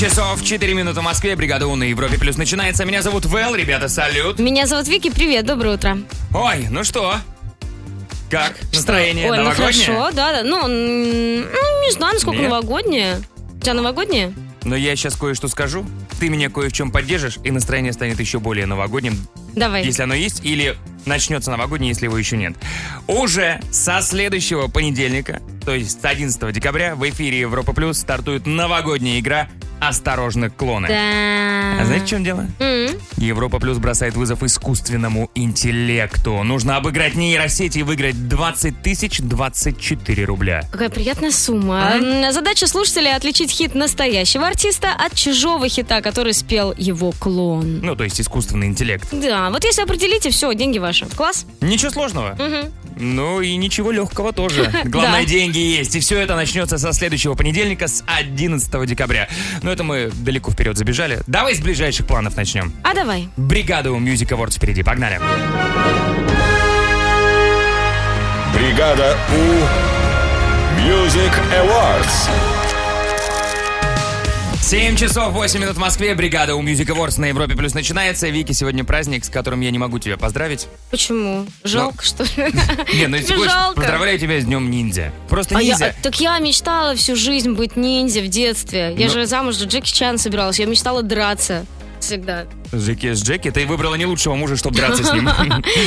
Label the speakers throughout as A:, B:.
A: часов 4 минуты в Москве. Бригада У на Европе Плюс начинается. Меня зовут Вэл, ребята, салют.
B: Меня зовут Вики, привет, доброе утро.
A: Ой, ну что? Как? Настроение
B: Ой, ну
A: новогоднее?
B: хорошо, да, да. Ну, м, ну, не знаю, насколько
A: Нет?
B: новогоднее. У тебя новогоднее?
A: Но я сейчас кое-что скажу. Ты меня кое в чем поддержишь, и настроение станет еще более новогодним,
B: Давай.
A: если оно есть, или начнется новогоднее, если его еще нет. Уже со следующего понедельника, то есть с 11 декабря, в эфире Европа Плюс стартует новогодняя игра «Осторожно, клоны».
B: Да.
A: А знаете, в чем дело?
B: М,
A: Европа Плюс бросает вызов искусственному интеллекту. Нужно обыграть нейросети и выиграть 20 тысяч 24 рубля.
B: Какая приятная
A: А?
B: сумма. М, Задача слушателя отличить хит настоящего артиста от чужого хита, который спел его клон.
A: Ну, то есть искусственный интеллект.
B: Да, вот если определите, все, деньги ваши. Класс.
A: Ничего сложного.
B: Мгм.
A: Ну и ничего легкого тоже. Главное,
B: Да.
A: деньги есть. И все это начнется со следующего понедельника, с 11 декабря. Но это мы далеко вперед забежали. Давай с ближайших планов начнем.
B: А давай.
A: Бригада у Music Awards впереди. Погнали.
C: Бригада У Music Awards.
A: 7 часов 8 минут в Москве. Бригада у Music Awards на Европе Плюс начинается. Вики, сегодня праздник, с которым я не могу тебя поздравить.
B: Почему? Жалко, что ли?
A: Ну. Не, ну если
B: Тебе
A: хочешь,
B: жалко.
A: поздравляю тебя с днем ниндзя. Просто
B: А я-
A: ниндзя.
B: так я мечтала всю жизнь быть ниндзя в детстве. Я
A: Ну.
B: же замуж за Джеки Чан собиралась. Я мечтала драться всегда.
A: Джеки с Джеки, ты выбрала не лучшего мужа, чтобы драться с ним.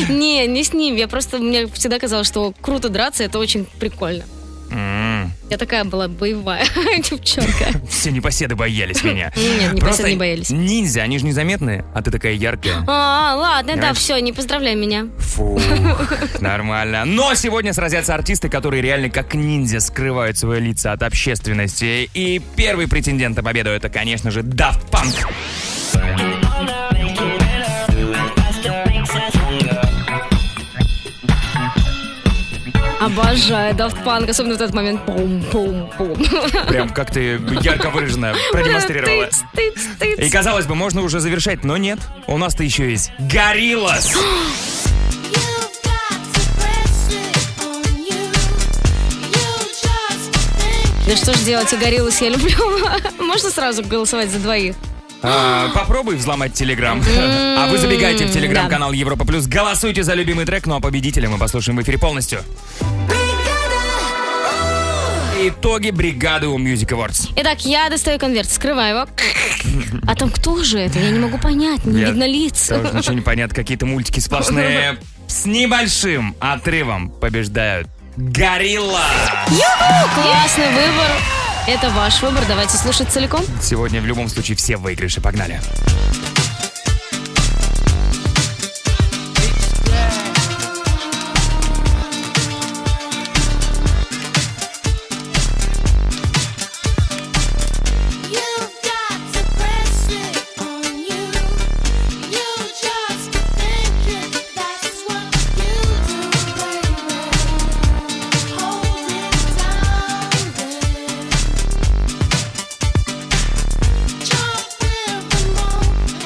B: Не, не с ним. Я просто, мне всегда казалось, что круто драться, это очень прикольно.
A: М,
B: Я такая была боевая девчонка.
A: Все непоседы боялись меня.
B: Нет, непоседы
A: Просто
B: не боялись.
A: Ниндзя, они же незаметные, а ты такая яркая.
B: А, ладно, да,
A: Понимаешь?
B: все, не поздравляй меня.
A: Фух, нормально. Но сегодня сразятся артисты, которые реально как ниндзя скрывают свои лица от общественности. И первый претендент на победу это, конечно же, Daft Punk.
B: Обожаю Daft Punk, особенно вот этот момент. Пум-пум-пум.
A: Прям как ты ярко выраженно продемонстрировала.
B: Тыц, тыц, тыц.
A: И казалось бы, можно уже завершать, но нет. У нас-то еще есть Гориллас.
D: You've got to press it on you. You just think
B: Да что ж делать, и гориллас я люблю. Можно сразу голосовать за двоих?
A: А, попробуй взломать Телеграм. А вы забегайте в Телеграм-канал Европа Плюс, голосуйте за любимый трек, ну а победителя мы послушаем в эфире полностью. Итоги бригады у Music Awards.
B: Итак, я достаю конверт, скрываю его. А там кто же это? Я не могу понять, не
A: Я
B: видно лиц.
A: Тоже ничего не понятно, какие-то мультики сплошные. С небольшим отрывом побеждают Горилла.
B: Классный выбор. Это ваш выбор, давайте слушать целиком.
A: Сегодня в любом случае все выигрыши. Погнали.
D: you've got to press it on you. You just think that's what you do, baby. Hold it down, then jump in the moment.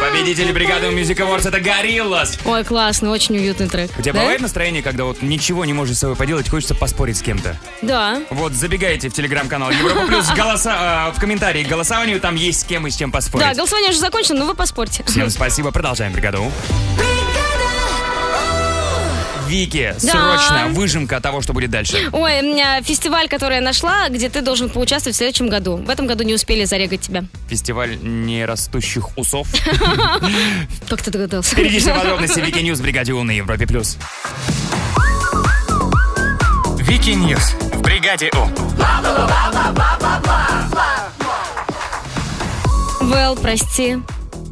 A: победители бригады Music Awards это Гориллас.
B: Ой, классно, очень уютный трек.
A: У тебя
B: да?
A: бывает настроение, когда вот ничего не можешь с собой поделать, хочется поспорить с кем-то?
B: Да.
A: Вот забегайте в телеграм-канал Европа Плюс, голоса, э, в комментарии к голосованию, там есть с кем и с чем поспорить.
B: Да, голосование уже закончено, но вы поспорьте.
A: Всем спасибо, продолжаем бригаду. Вики,
B: Да.
A: срочно выжимка того, что будет дальше.
B: Ой, у меня фестиваль, который я нашла, где ты должен поучаствовать в следующем году. В этом году не успели зарегать тебя.
A: Фестиваль нерастущих усов.
B: Как ты догадался?
A: Впереди все подробности Вики Ньюс в бригаде У на Европе плюс.
E: Вики Ньюс в бригаде У.
B: Вэл, прости.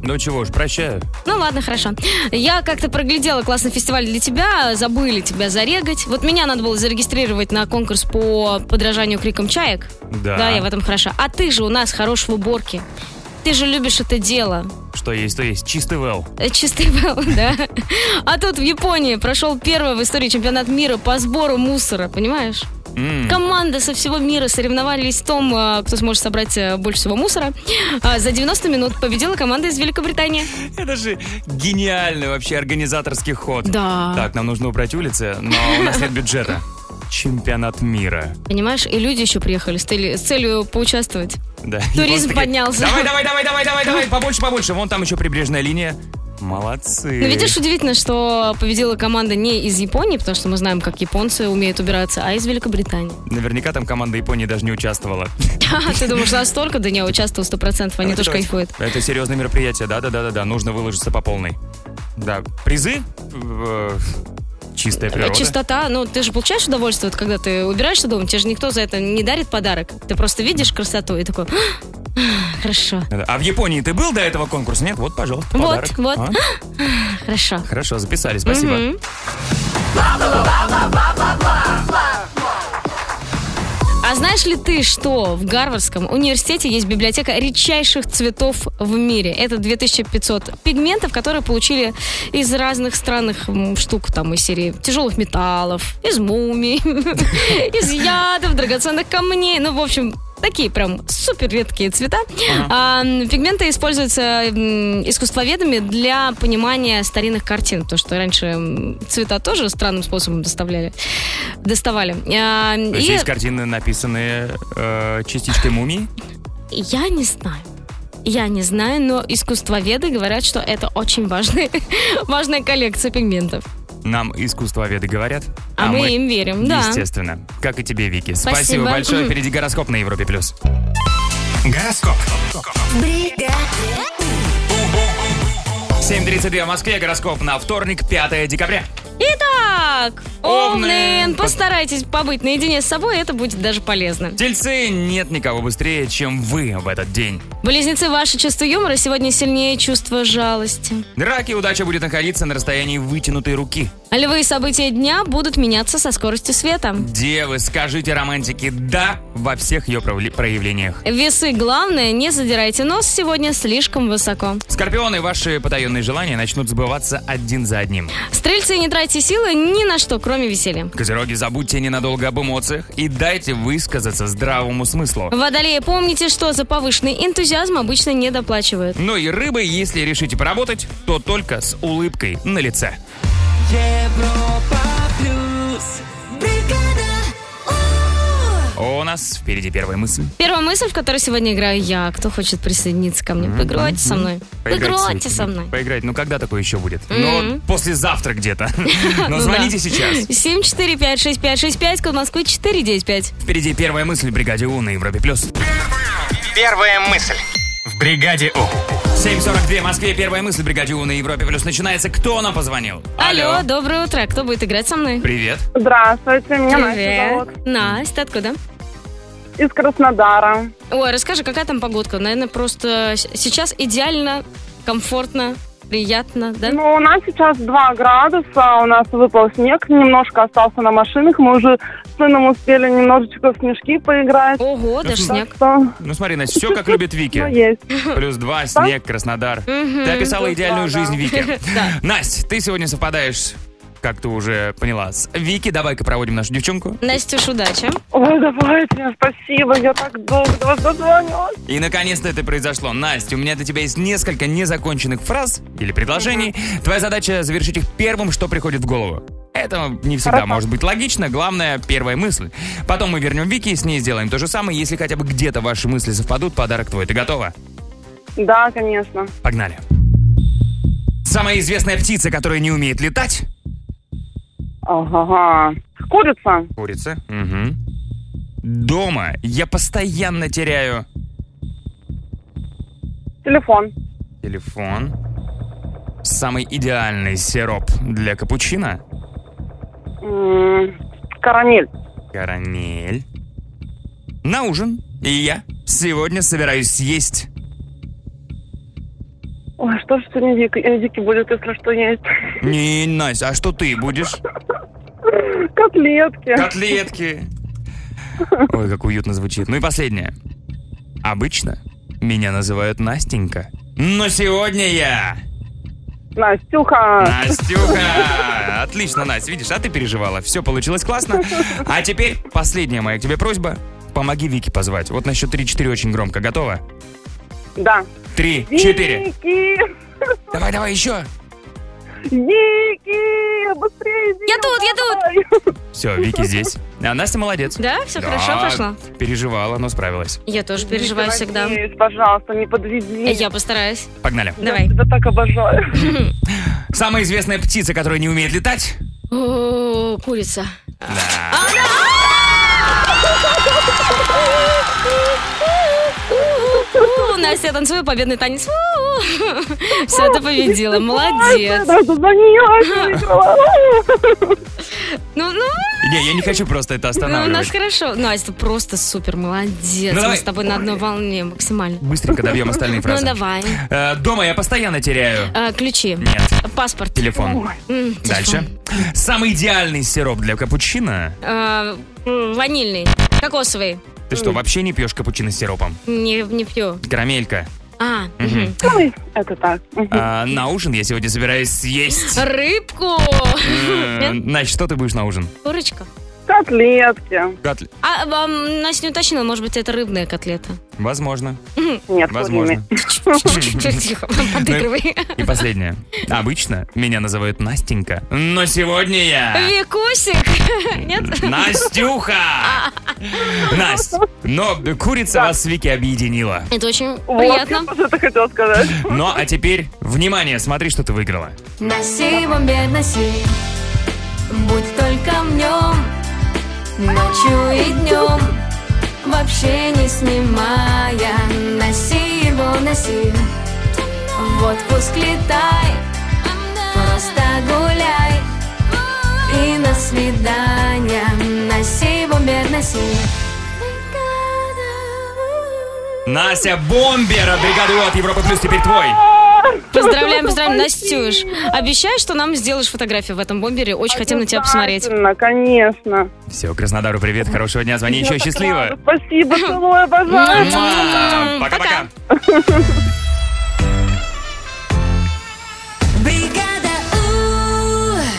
A: Ну чего ж, прощаю.
B: Ну ладно, хорошо. Я как-то проглядела классный фестиваль для тебя, забыли тебя зарегать. Вот меня надо было зарегистрировать на конкурс по подражанию криком чаек.
A: Да.
B: Да, я в этом хороша. А ты же у нас хорош в уборке. Ты же любишь это дело.
A: Что есть, то есть. Чистый Вэл.
B: Э, Чистый был, да. А тут в Японии прошел первый в истории чемпионат мира по сбору мусора, понимаешь?
A: М.
B: Команда со всего мира соревновались в том, э, кто сможет собрать э, больше всего мусора. А За 90 минут победила команда из Великобритании.
A: Это же гениальный вообще организаторский ход.
B: Да.
A: Так, нам нужно убрать улицы, но у нас нет бюджета. Чемпионат мира.
B: Понимаешь, и люди еще приехали с, тели- с целью поучаствовать.
A: Да.
B: Туризм
A: японцы такие,
B: поднялся.
A: Давай, давай, давай, давай, давай, давай, побольше, побольше. Вон там еще прибрежная линия. Молодцы.
B: Ну, видишь, удивительно, что победила команда не из Японии, потому что мы знаем, как японцы умеют убираться, а из Великобритании.
A: Наверняка там команда Японии даже не участвовала.
B: А ты думаешь, настолько? Да не, участвовал 100%, они
A: Давайте,
B: тоже
A: давайте.
B: кайфуют.
A: Это серьезное мероприятие, да-да-да-да-да. Нужно выложиться по полной. Да. Призы? Э, Чистая природа.
B: Чистота, ну ты же получаешь удовольствие, вот, когда ты убираешься дома, тебе же никто за это не дарит подарок. Ты просто видишь красоту и такой, «Ах, хорошо,
A: Да-да. А в Японии ты был до этого конкурса? Нет? Вот, пожалуйста,
B: Вот,
A: подарок.
B: вот.
A: А?
B: хорошо.
A: Хорошо, записали, спасибо.
B: Мгм. А знаешь ли ты, что в Гарвардском университете есть библиотека редчайших цветов в мире? Это 2500 пигментов, которые получили из разных странных м, штук, там, из серии тяжелых металлов, из мумий, из ядов, драгоценных камней. Ну, в общем, такие прям супер редкие цвета. А, м, пигменты используются м, искусствоведами для понимания старинных картин, потому что раньше м, цвета тоже странным способом доставляли, доставали. А,
A: То есть
B: и-
A: есть картины, написанные э, частичкой мумии.
B: я не знаю. Я не знаю, но искусствоведы говорят, что это очень важная, важная коллекция пигментов.
A: Нам искусствоведы говорят.
B: А, мы, им верим, да.
A: Естественно. Как и тебе, Вики. Спасибо,
B: Спасибо.
A: большое.
B: Мгм.
A: Впереди гороскоп на Европе+. плюс.
E: Гороскоп.
A: 7.32 в Москве. Гороскоп на вторник, 5 декабря.
B: Итак,
A: Овны.
B: овны, постарайтесь побыть наедине с собой, это будет даже полезно.
A: Тельцы нет никого быстрее, чем вы в этот день.
B: Близнецы, ваше чувство юмора сегодня сильнее чувства жалости.
A: Раки удача будет находиться на расстоянии вытянутой руки.
B: Львы, события дня будут меняться со скоростью света.
A: Девы, скажите романтике «да» во всех ее проявлениях.
B: Весы, главное, не задирайте нос сегодня слишком высоко.
A: Скорпионы, ваши потаенные желания начнут сбываться один за одним.
B: Стрельцы, не тратьте силы ни на что, кроме веселья.
A: Козероги, забудьте ненадолго об эмоциях и дайте высказаться здравому смыслу.
B: Водолеи, помните, что за повышенный энтузиазм обычно не доплачивают.
A: Ну и рыбы, если решите поработать, то только с улыбкой на лице. У нас впереди первая мысль.
B: Первая мысль, в которой сегодня играю я. Кто хочет присоединиться ко мне? Поиграйте со мной. Поиграйте со мной.
A: Поиграть. Ну когда такое еще будет? Ну, послезавтра где-то. Но
B: Ну
A: звоните
B: да.
A: сейчас.
B: 7456565, код Москвы 495.
A: Впереди первая мысль в бригаде У на Европе плюс.
E: Первая мысль в бригаде У.
A: 7.42 в Москве. Первая мысль в бригаде У на Европе плюс начинается. Кто нам позвонил?
B: Алло, доброе утро. Кто будет играть со мной?
A: Привет.
F: Здравствуйте, меня Настя зовут.
B: Настя, ты откуда?
F: Из Краснодара.
B: Ой, расскажи, какая там погодка? Наверное, просто с- сейчас идеально, комфортно, приятно, да?
F: Ну, у нас сейчас 2 градуса, у нас выпал снег, немножко остался на машинах. Мы уже с сыном успели немножечко в снежки поиграть.
B: Ого, даже
F: Так
B: снег.
F: что,
A: Ну смотри, Настя, все как любит
F: ну,
A: Вики.
F: есть.
A: Плюс два, снег, Краснодар. Ты описала идеальную
F: плюс два,
A: жизнь
F: да.
A: Вики.
B: Да.
A: Настя, ты сегодня совпадаешь как ты уже поняла. С Вики, давай-ка проводим нашу девчонку.
B: Настюш, удачи.
F: Ой, давайте, спасибо, я так долго до вас дозвонилась.
A: И наконец-то это произошло. Настя, у меня для тебя есть несколько незаконченных фраз или предложений. Твоя задача завершить их первым, что приходит в голову. Это не всегда может быть логично, главное — первая мысль. Потом мы вернем Вики и с ней сделаем то же самое. Если хотя бы где-то ваши мысли совпадут, подарок твой. Ты готова?
F: Да, конечно.
A: Погнали. Самая известная птица, которая не умеет летать?
F: Ага. Курица.
A: Курица. Угу. Дома я постоянно теряю
F: Телефон.
A: телефон. Самый идеальный сироп для капучино?
F: М, М-м, Карамель.
A: Карамель. На ужин. И я сегодня собираюсь съесть.
F: Ой, что же сегодня дик- э, дикий будет, если что есть?
A: Не, Настя, а что ты будешь?
F: Котлетки.
A: Котлетки. Ой, как уютно звучит. Ну и последнее. Обычно меня называют Настенька. Но сегодня я
F: Настюха.
A: Настюха! Отлично, Настя, видишь, а ты переживала. Все получилось классно. А теперь последняя моя к тебе просьба. Помоги Вики позвать. Вот на счет 3-4 очень громко. Готова?
F: Да.
A: 3, 4.
F: Вики!
A: Давай, давай, еще.
F: Вики! Быстрее!
B: Я тут, я тут.
F: тут!
A: Все, Вики здесь. А Настя молодец.
B: Да, все
A: Да,
B: хорошо прошло?
A: Переживала, но справилась.
B: Я тоже переживаю всегда. А
F: пожалуйста, не подведи.
B: Я постараюсь.
A: Погнали.
B: Давай.
F: тебя так обожаю.
A: Самая известная птица, которая не умеет летать.
B: О, курица. У, Настя, танцую победный танец. Все, ты победила. Молодец.
F: Да, дозвонилась.
B: Ну, ну,
A: Не, я не хочу просто это
B: ну, у нас
A: останавливать.
B: хорошо. Настя, просто супер, молодец.
A: Ну,
B: Мы
A: давай.
B: с тобой на одной волне максимально.
A: Быстренько добьем остальные
B: Ну,
A: фразы.
B: давай.
A: Э, Дома я постоянно теряю.
B: А, Ключи.
A: Нет,
B: Паспорт.
A: телефон.
B: М, телефон.
A: Дальше. Самый идеальный сироп для капучино.
B: А, м, Ванильный. Кокосовый.
A: Ты что, вообще не пьешь капучино с сиропом?
B: Не, не пью.
A: Карамелька.
B: А, мгм.
F: Ой, Это так.
A: А, на ужин я сегодня собираюсь съесть.
B: рыбку.
A: Э,
B: Нет?
A: Настя, что ты будешь на ужин?
B: Курочка.
F: Котлетки.
A: Котл-
B: А, ам, Настя не уточнила, может быть, это рыбная котлета.
A: Возможно,
F: Нет,
A: возможно.
B: Тихо, подыгрывай.
A: И последнее. Обычно меня называют Настенька, но сегодня я...
B: Викусик. Нет?
A: Настюха! Настя, но курица вас с Вики объединила.
B: Это очень
F: куриные. Вот,
B: приятно.
F: я тоже это хотела сказать.
A: Ну, а теперь, внимание, смотри, что ты выиграла.
G: Носи, бомбер, носи, будь только в нем, ночью и днем, вообще не снимая. Носи его, носи, в отпуск летай, просто гуляй и на свидание. Носи, бомбер, носи.
A: Настя Бомбера, бригады «У» от Европа Плюс теперь твой.
B: Поздравляем, поздравляем, Настюш. Обещаю, что нам сделаешь фотографию в этом бомбере. Очень хотим на тебя посмотреть.
F: Обязательно, Конечно.
A: Все, Краснодару привет, хорошего дня, звони еще,
F: Я так
A: счастливо.
F: рада. Спасибо, целую, обожаю.
A: Муа,
B: Пока.
A: Пока-пока.
G: Бригада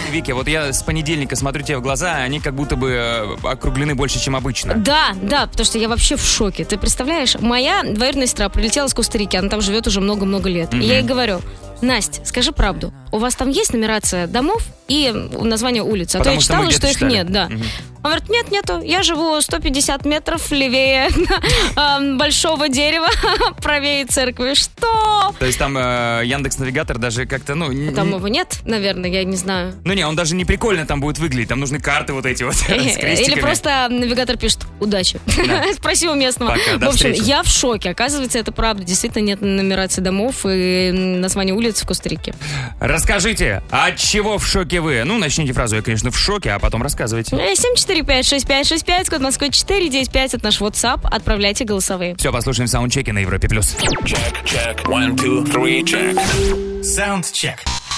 G: У.
A: Вики, вот я с понедельника смотрю тебе в глаза, а они как будто бы э, округлены больше, чем обычно.
B: Да, да, потому что я вообще в шоке. Ты представляешь, моя двоюродная сестра прилетела с Коста-Рики, она там живет уже много-много лет. И я ей говорю, Настя, скажи правду, у вас там есть нумерация домов и м, название улиц? А
A: Потому
B: то я
A: что
B: читала,
A: мы где-то
B: что их
A: читали.
B: нет, да.
A: Мгм.
B: Она говорит, нет, нету, я живу 150 метров левее эм, большого дерева, правее церкви. Что?
A: То есть там э, Яндекс Навигатор даже как-то, ну... н-
B: Там
A: н-
B: его нет, наверное, я не знаю.
A: Ну не, он даже не прикольно там будет выглядеть, там нужны карты вот эти вот с крестиками.
B: Э, Или просто навигатор пишет «Удачи». Спроси у местного.
A: Пока, до
B: в общем,
A: встречи.
B: я в шоке. Оказывается, это правда. Действительно нет нумерации домов и м, названий улиц в Коста-Рике.
A: Расскажите, от чего в шоке вы? Ну, начните фразу, я, конечно, в шоке, а потом рассказывайте.
B: Э, 7456565, код Москвы 495, это наш WhatsApp. Отправляйте голосовые.
A: Все, послушаем саундчеки на Европе+. плюс.
E: Саундчек.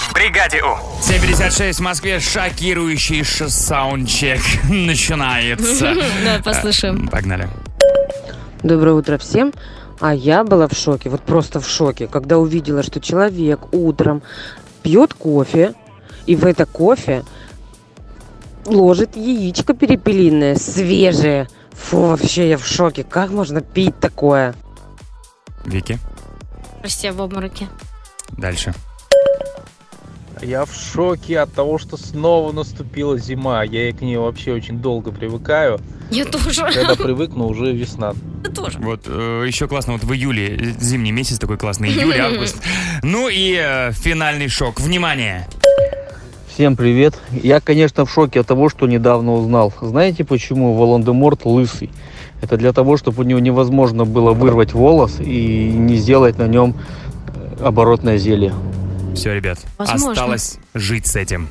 E: В бригаде У.
A: 7.56 в Москве, шокирующий ш- саундчек начинается.
B: Давай послушаем.
A: Погнали.
H: Доброе утро всем. А я была в шоке, вот просто в шоке, когда увидела, что человек утром пьет кофе, и в это кофе ложит яичко перепелиное, свежее. Фу, вообще я в шоке. Как можно пить такое?
A: Вики,
B: Прости, я в обмороке.
A: дальше.
I: Я в шоке от того, что снова наступила зима. Я и к ней вообще очень долго привыкаю.
B: Я тоже.
I: Когда привыкну, уже весна.
B: Я тоже.
A: Вот э, еще классно, вот в июле, э, зимний месяц такой классный, июль, август. Ну и э, финальный шок. Внимание!
J: Всем привет. Я, конечно, в шоке от того, что недавно узнал. Знаете, почему Волан-де-Морт лысый? Это для того, чтобы у него невозможно было вырвать волос и не сделать на нем э, оборотное зелье.
A: Все, ребят,
B: Возможно.
A: осталось жить с этим.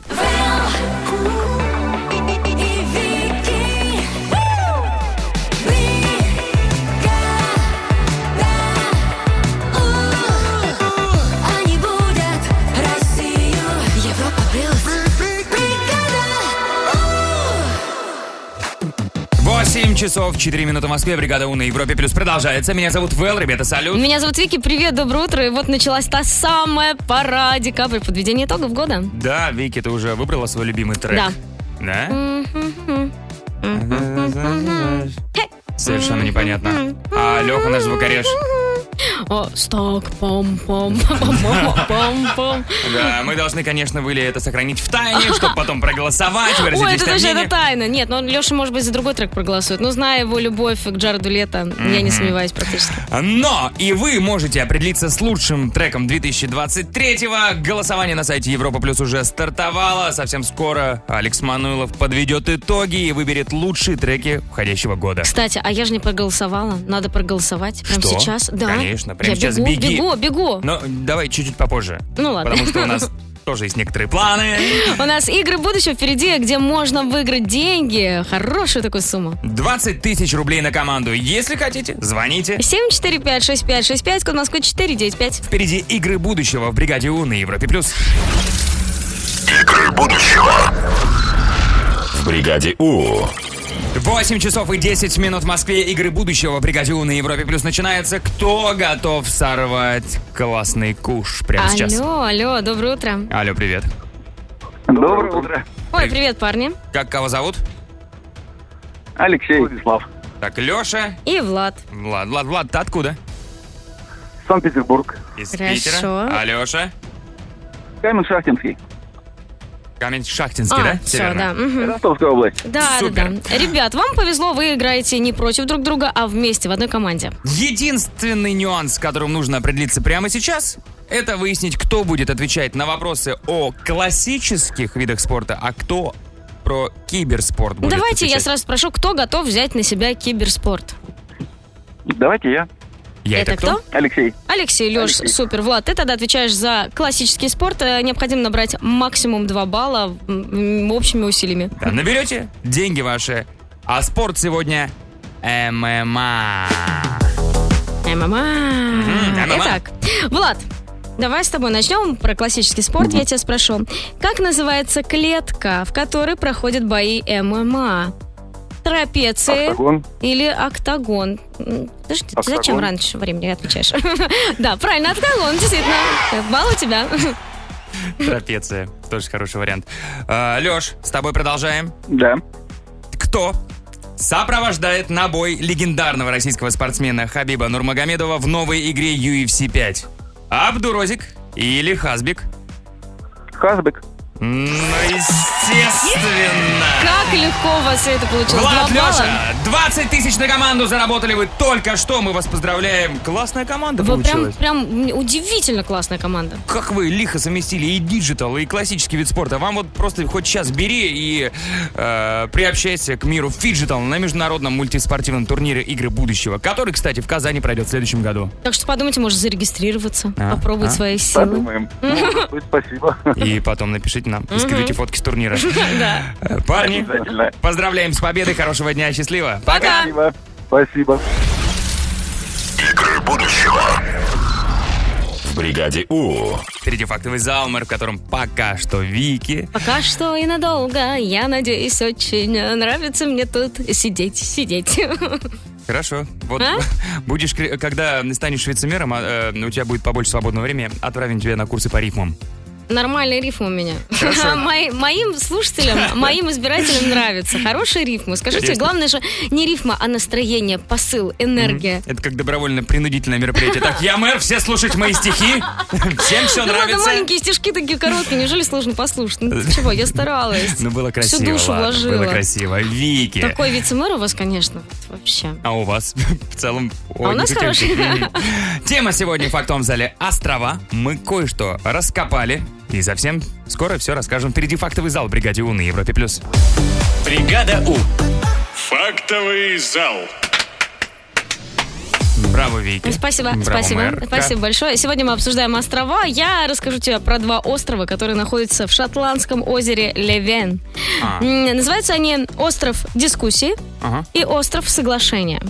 G: и Вики. Бригада У. Они будут Россию, Европа плюс. Бригада У.
A: 8 часов 4 минуты в Москве. Бригада У на Европе Плюс продолжается. Меня зовут Вэл, ребята, салют.
B: Меня зовут Вики, привет, доброе утро. И вот началась та самая пора декабрь подведение итогов года.
A: Да, Вики, ты уже выбрала свой любимый трек?
B: Да.
A: Да?
B: Мгм.
A: Совершенно непонятно. А Леха наш звукореж.
B: О, сток, пом, пом, пом, пом, пом, пом.
A: Да, мы должны, конечно, были это сохранить в тайне, чтобы потом проголосовать, выразить
B: Ой, это
A: личное
B: даже это
A: мнение.
B: тайна. Нет, но Леша, может быть, за другой трек проголосует. Но зная его любовь к Джареду Лето, я не сомневаюсь практически.
A: Но и вы можете определиться с лучшим треком 2023-го. Голосование на сайте Европа Плюс уже стартовало. Совсем скоро Алекс Мануилов подведет итоги и выберет лучшие треки уходящего года.
B: Кстати, а я же не проголосовала. Надо проголосовать прямо
A: Что?
B: сейчас. Да.
A: Конечно, прямо
B: я
A: сейчас
B: бегу,
A: беги. Ну.
B: бегу, бегу.
A: Но давай чуть-чуть попозже.
B: Ну ладно.
A: Потому что у нас тоже есть некоторые планы.
B: У нас игры будущего впереди, где можно выиграть деньги. Хорошую такую сумму.
A: 20 тысяч рублей на команду. Если хотите, звоните.
B: 745-6565, код Москвы 495.
A: Впереди игры будущего в бригаде У на Европе плюс.
C: В бригаде У.
A: 8 часов и 10 минут в Москве. Игры будущего в бригаде У на Европе плюс начинается. Кто готов сорвать классный куш прямо сейчас?
B: Алло, алло, доброе утро.
A: Алло, привет.
K: Доброе утро.
B: Ой, привет, парни.
A: Как кого зовут?
K: Алексей. Владислав.
A: Так, Леша.
B: И Влад.
A: Влад, Влад, Влад, ты откуда?
K: Санкт-Петербург.
A: Из
B: Хорошо.
A: Питера. Алеша.
K: Камен Шахтинский.
A: Камень-Шахтинский, да?
B: все,
A: Северный.
B: А, да. мгм.
K: Ростовская область.
B: Да, да,
A: Супер.
B: да. Ребят, вам повезло, вы играете не против друг друга, а вместе в одной команде.
A: Единственный нюанс, с которым нужно определиться прямо сейчас, это выяснить, кто будет отвечать на вопросы о классических видах спорта, а кто про киберспорт
B: Ну,
A: будет
B: Давайте я
A: отвечать.
B: сразу спрошу, кто готов взять на себя киберспорт?
K: Давайте я.
A: Я это, кто?
K: Алексей.
B: Алексей, Леш,
K: Алексей.
B: супер. Влад, ты тогда отвечаешь за классический спорт. Э, Необходимо набрать максимум 2 балла м, м, общими усилиями.
A: Да, наберете деньги ваши. А спорт сегодня ММА.
B: ММА.
A: ММА.
B: А. Итак, Влад, давай с тобой начнем про классический спорт. Я тебя спрошу, как называется клетка, в которой проходят бои ММА? Трапеции
K: Октагон.
B: или октагон? М, Подожди, ты
K: Октагон.
B: зачем раньше времени отвечаешь? Да, правильно, октагон, действительно. Балл у тебя.
A: Трапеция. Тоже хороший вариант. Леш, с тобой продолжаем.
K: Да.
A: Кто сопровождает на бой легендарного российского спортсмена Хабиба Нурмагомедова в новой игре UFC 5? Абдурозик или Хазбик?
K: Хазбек.
A: Ну, естественно!
B: Как легко у вас это получилось. Два
A: Влад,
B: балла.
A: Леша, 20 тысяч на команду заработали вы только что. Мы вас поздравляем. Классная команда
B: Вы прям,
A: получилась.
B: прям м, удивительно классная команда.
A: Как вы лихо совместили и диджитал, и классический вид спорта. Вам вот просто хоть сейчас бери и э, приобщайся к миру фиджитал на международном мультиспортивном турнире «Игры будущего», который, кстати, в Казани пройдет в следующем году.
B: Так что подумайте, может зарегистрироваться,
A: А,
B: попробовать
A: а.
B: свои силы.
K: Подумаем. Может быть, Спасибо.
A: И потом напишите нам и скидывайте фотки с турнира. Э, Парни,
K: Обязательно.
A: поздравляем с победой, хорошего дня, счастливо.
B: Пока!
K: Спасибо. Спасибо.
C: В бригаде У.
A: Впереди фактовый залмер, в котором пока что Вики.
B: Пока что и надолго. Я надеюсь, очень э, нравится мне тут сидеть, сидеть.
A: Хорошо. Вот
B: А?
A: будешь, кри- когда станешь вице-мером, а, э, у тебя будет побольше свободного времени, отправим тебя на курсы по рифмам.
B: Нормальный рифм у меня.
A: Хорошо.
B: Мои- моим слушателям, моим избирателям нравится. Хорошие рифмы. Скажите,
A: Конечно.
B: главное же не рифма, а настроение, посыл, энергия.
A: Это как добровольно-принудительное мероприятие. Так, я мэр, все слушать мои стихи. Всем
B: Да
A: все
B: Ну, ладно,
A: нравится.
B: маленькие стишки такие короткие, неужели сложно послушать? Ну чего, я старалась.
A: Ну, было красиво.
B: Всю душу
A: ладно,
B: вложила.
A: Было красиво. Вики.
B: Такой вице-мэр у вас, конечно, вот вообще.
A: А у вас в целом...
B: А у
A: ой,
B: нас
A: не хотелось бы.
B: хороший.
A: Мгм. Тема сегодня в фактовом зале «Острова». Мы кое-что раскопали. И совсем скоро все расскажем. Впереди фактовый зал «Бригаде У» на Европе+. плюс. «Бригада У».
L: Фактовый зал.
A: Браво, Вики.
B: Ну, Спасибо,
A: Браво,
B: спасибо,
A: мэрка.
B: спасибо большое. Сегодня мы обсуждаем острова. Я расскажу тебе про два острова, которые находятся в шотландском озере Левен.
A: А.
B: М, Называются они остров дискуссии
A: Ага.
B: и остров соглашения.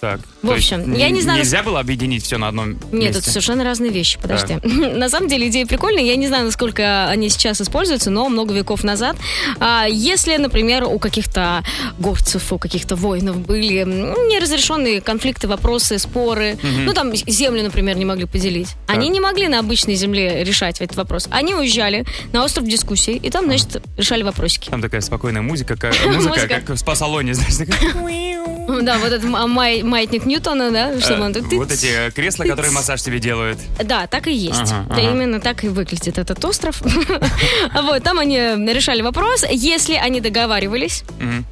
A: Так.
B: В
A: то есть
B: общем, я не знаю,
A: Нельзя было объединить все на одном
B: Нет,
A: месте?
B: это совершенно разные вещи, подожди.
A: Так.
B: На самом деле идея прикольная, я не знаю, насколько они сейчас используются, но много веков назад, а, если, например, у каких-то горцев, у каких-то воинов были м, неразрешенные конфликты, вопросы, споры,
G: Мгм.
B: ну там землю, например, не могли поделить, они не могли на обычной земле решать этот вопрос, они уезжали на остров дискуссий, и
A: А.
B: там, значит, решали вопросики.
A: Там такая спокойная музыка, как, музыка,
B: Музыка.
A: как в спа-салоне, знаешь, такая.
B: Да, вот этот м- май- маятник Ньютона, да, чтобы
A: Э,
B: он так...
A: Вот эти э, кресла, которые массаж тебе делают.
B: Да, так и есть.
A: Ага,
B: Да,
A: ага.
B: именно так и выглядит этот остров. Вот, там они э, решали вопрос. Если они договаривались,
A: Мгм.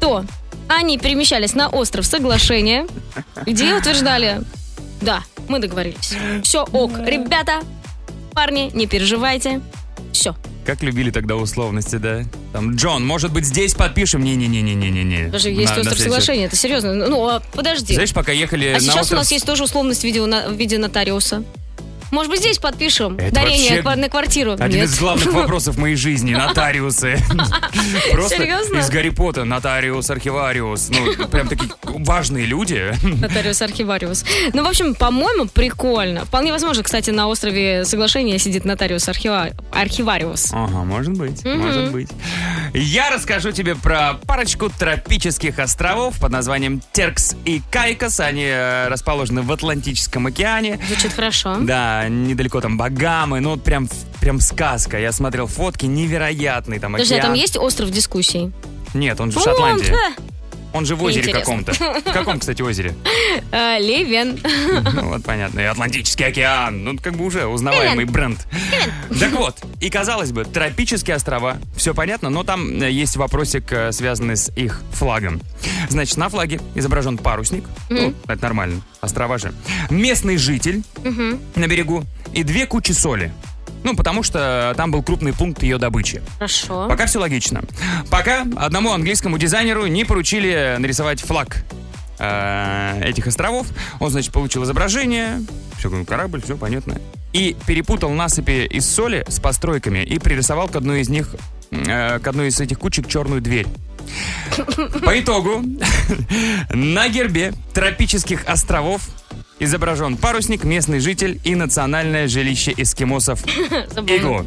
B: то они перемещались на остров соглашения, где утверждали, да, мы договорились. Все ок. Ребята, парни, не переживайте. Все.
A: Как любили тогда условности, да? Там, Джон, может быть, здесь подпишем? Не-не-не-не-не-не.
B: Даже есть
A: На- на
B: остров
A: следующий-
B: соглашения, это серьезно. Ну, а подожди.
A: Знаешь, пока ехали
B: А
A: на
B: сейчас у
A: остров...
B: нас есть тоже условность в виде, на- в виде нотариуса. Может быть, здесь подпишем
A: Это
B: дарение
A: вообще
B: ква- на квартиру?
A: Один
B: Нет.
A: из главных вопросов моей жизни. Нотариусы. Просто
B: Серьезно?
A: из Гарри Поттера. Нотариус, архивариус. Ну, прям такие важные люди.
B: Нотариус Архивариус. Ну, в общем, по-моему, прикольно. Вполне возможно, кстати, на острове Соглашения сидит нотариус архива- Архивариус.
A: Ага, может быть,
B: Мгм.
A: может быть. Я расскажу тебе про парочку тропических островов под названием Теркс и Кайкос. Они э, расположены в Атлантическом океане.
B: Звучит хорошо.
A: Да, недалеко там Багамы, ну вот прям, прям сказка. Я смотрел фотки, невероятный там
B: Подожди, а
A: океан.
B: там есть остров дискуссий?
A: Нет, он же в
B: Вон,
A: Шотландии. Он же в озере
B: Неинтересно.
A: каком-то. В каком, кстати, озере?
B: э, э, Левен.
A: Ну, Вот понятно. И Атлантический океан. Ну, как бы уже узнаваемый бренд. Так вот, и казалось бы, тропические острова, все понятно, но там э, есть вопросик, э, связанный с их флагом. Значит, на флаге изображен парусник. Ну,
G: Мгм.
A: это нормально. Острова же. Местный житель
G: Мгм.
A: на берегу и две кучи соли. Ну, потому что там был крупный пункт ее добычи.
B: Хорошо.
A: Пока все логично. Пока одному английскому дизайнеру не поручили нарисовать флаг э, этих островов. Он, значит, получил изображение, все, корабль, все понятно. И перепутал насыпи из соли с постройками и пририсовал к одной из них, э, к одной из этих кучек черную дверь. По итогу на гербе тропических островов изображен парусник, местный житель и национальное жилище эскимосов Иглу.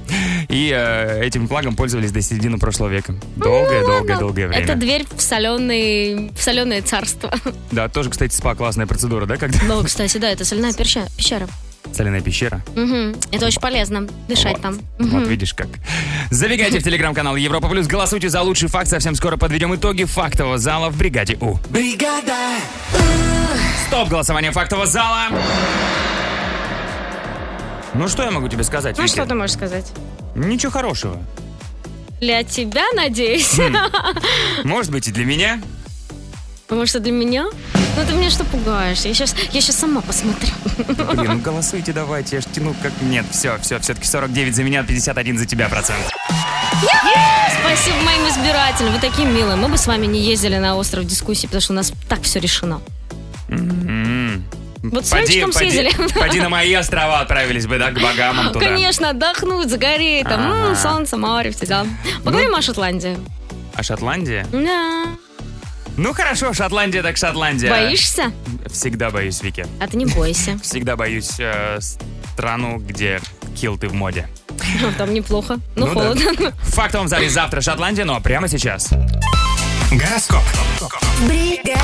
A: И э, этим флагом пользовались до середины прошлого века. Долгое-долгое-долгое время.
B: Ну Это дверь в соленый, в соленое царство.
A: Да, тоже, кстати, спа классная процедура, да, когда
B: Ну, кстати, да, это соляная перща- пещера.
A: соляная пещера.
B: Мгм. Это очень полезно, дышать там.
A: Вот
B: Мгм.
A: видишь как. Забегайте в телеграм-канал Европа Плюс, голосуйте за лучший факт. Совсем скоро подведем итоги фактового зала в бригаде У.
G: Бригада.
A: Стоп голосование фактового зала. Ну что я могу тебе сказать,
B: Ну,
A: Вики?
B: что ты можешь сказать?
A: Ничего хорошего.
B: Для тебя, надеюсь.
A: Хм. Может быть и для меня.
B: Потому что для меня? Ну, ты меня что пугаешь? Я сейчас, я сейчас сама посмотрю.
A: Блин, ну голосуйте давайте, я ж тяну как... Нет, все, все, все-таки 49 за меня, 51 за тебя процент.
B: Спасибо моим избирателям, вы такие милые. Мы бы с вами не ездили на остров дискуссий, потому что у нас так все решено.
A: М-м.
B: Вот с
A: Поди-
B: Ленчиком
A: поди-
B: съездили.
A: Поди на мои острова отправились бы, да, к богамам туда.
B: Конечно, отдохнуть, загореть, там, м,
A: Ага. Ну
B: солнце, море, все дела. Поговорим о Шотландии.
A: А Шотландия?
B: Да.
A: Ну хорошо, Шотландия так Шотландия.
B: Боишься?
A: Всегда боюсь, Вики.
B: А ты не бойся.
A: Всегда боюсь э, страну, где килл ты в моде.
B: Там неплохо, но
A: Ну да.
B: холодно.
A: В фактовом зале завтра Шотландия, но прямо сейчас.
E: Гороскоп.
G: Бригада.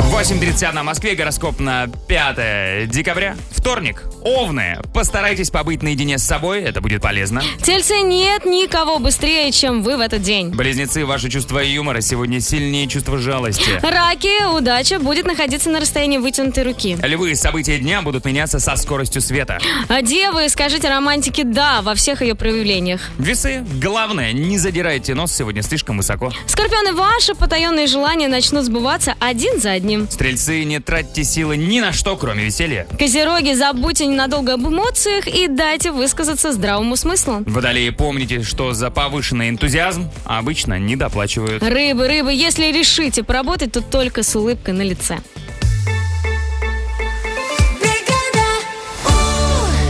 A: В 8.31 в Москве, гороскоп на 5 декабря. Вторник. Овны. Постарайтесь побыть наедине с собой, это будет полезно.
B: Тельцы нет никого быстрее, чем вы в этот день.
A: Близнецы, ваше чувство юмора сегодня сильнее чувство жалости.
B: Раки, удача будет находиться на расстоянии вытянутой руки.
A: Львы, события дня будут меняться со скоростью света.
B: А Девы, скажите романтике «да» во всех ее проявлениях.
A: Весы, главное, не задирайте нос сегодня слишком высоко.
B: Скорпионы, ваши потаенные желания начнут сбываться один за одним.
A: Стрельцы, не тратьте силы ни на что, кроме веселья.
B: Козероги, забудьте ненадолго об эмоциях и дайте высказаться здравому смыслу.
A: Водолеи, помните, что за повышенный энтузиазм обычно не доплачивают.
B: Рыбы, рыбы, если решите поработать, то только с улыбкой на лице.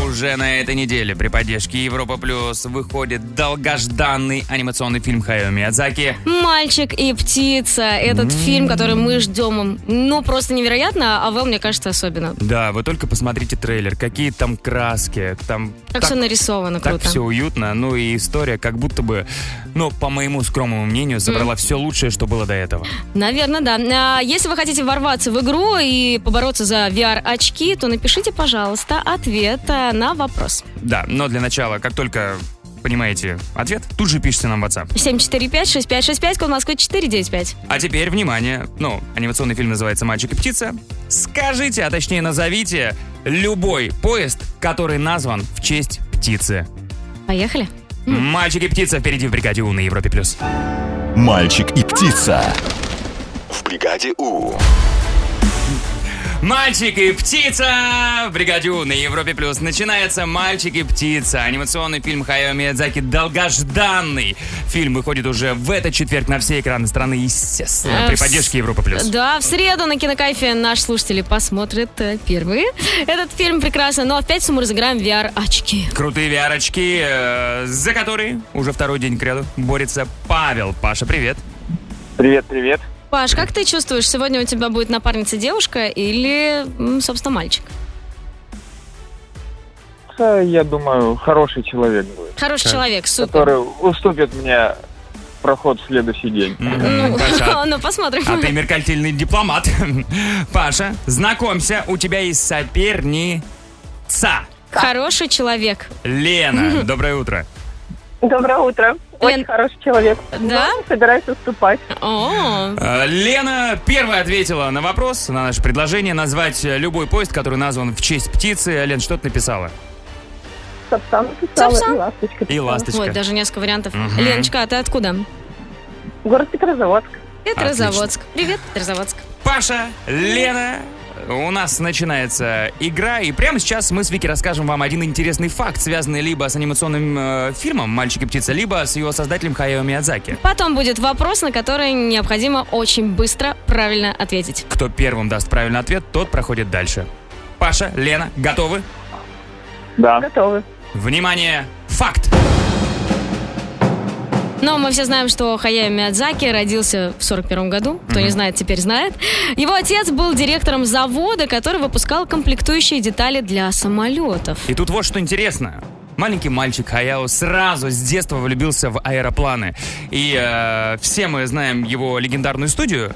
A: Уже на этой неделе при поддержке Европа Плюс выходит долгожданный анимационный фильм Хаяо Миядзаки
B: «Мальчик и птица» — этот фильм, который мы ждем. Ну, просто невероятно, а Вэл, мне кажется, особенно.
A: Да, вы только посмотрите трейлер, какие там краски, там
B: Как все нарисовано
A: так
B: круто.
A: все уютно, ну и история как будто бы, ну, по моему скромному мнению, собрала все лучшее, что было до этого.
B: Наверное, да. А если вы хотите ворваться в игру и побороться за VR-очки, то напишите, пожалуйста, ответ э, на вопрос.
A: Да, но для начала, как только понимаете ответ, тут же пишите нам в WhatsApp.
B: 745-6565, код Москвы 495.
A: А теперь, внимание, ну, анимационный фильм называется «Мальчик и птица». Скажите, а точнее назовите любой поезд, который назван в честь птицы.
B: Поехали.
A: «Мальчик и птица» впереди в «Бригаде У» на Европе+. плюс.
C: Мальчик и птица. В бригаде У.
A: «Мальчик и птица» в «Бригаде У» на Европе+. плюс. Начинается «Мальчик и птица». Анимационный фильм Хайо Миядзаки долгожданный. Фильм выходит уже в этот четверг на все экраны страны, естественно,
B: Э,
A: при
B: в
A: поддержке Европа+. плюс.
B: Да, в среду на Кинокайфе наши слушатели посмотрят э, первые. Этот фильм прекрасно, но в пятницу мы разыграем VR-очки.
A: Крутые VR-очки, э, за которые уже второй день кряду борется Павел. Паша, привет.
K: Привет, привет.
B: Паш, как ты чувствуешь, сегодня у тебя будет напарница девушка или, м, собственно, мальчик?
K: Э, Я думаю, хороший человек будет.
B: Хороший
K: Так.
B: человек, супер.
K: Который уступит мне проход в следующий день.
B: Ну,
A: Паша,
B: ну, посмотрим.
A: А ты меркальтильный дипломат. Паша, знакомься, у тебя есть соперница.
B: Хороший человек.
A: Лена, доброе утро.
M: Доброе утро. Очень хороший человек. Да? Собираюсь уступать.
B: О,
A: Э, Лена первая ответила на вопрос, на наше предложение назвать э, любой поезд, который назван в честь птицы. Лен, что ты написала?
M: Сапсан написала
B: Сапсан?
M: и ласточка.
A: И ласточка.
B: Ой, даже несколько вариантов.
A: Мгм.
B: Леночка, а ты откуда?
M: Город Петрозаводск.
B: Петрозаводск. Привет, Петрозаводск.
A: Паша, Лена, у нас начинается игра, и прямо сейчас мы с Вики расскажем вам один интересный факт, связанный либо с анимационным э, фильмом «Мальчик и птица», либо с его создателем Хайо Миядзаки.
B: Потом будет вопрос, на который необходимо очень быстро правильно ответить.
A: Кто первым даст правильный ответ, тот проходит дальше. Паша, Лена, готовы?
K: Да.
M: Готовы.
A: Внимание, факт!
B: Но мы все знаем, что Хаяо Миядзаки родился в 41 году. Кто не знает, теперь знает. Его отец был директором завода, который выпускал комплектующие детали для самолетов.
A: И тут вот что интересно. Маленький мальчик Хаяо сразу с детства влюбился в аэропланы. И э, все мы знаем его легендарную студию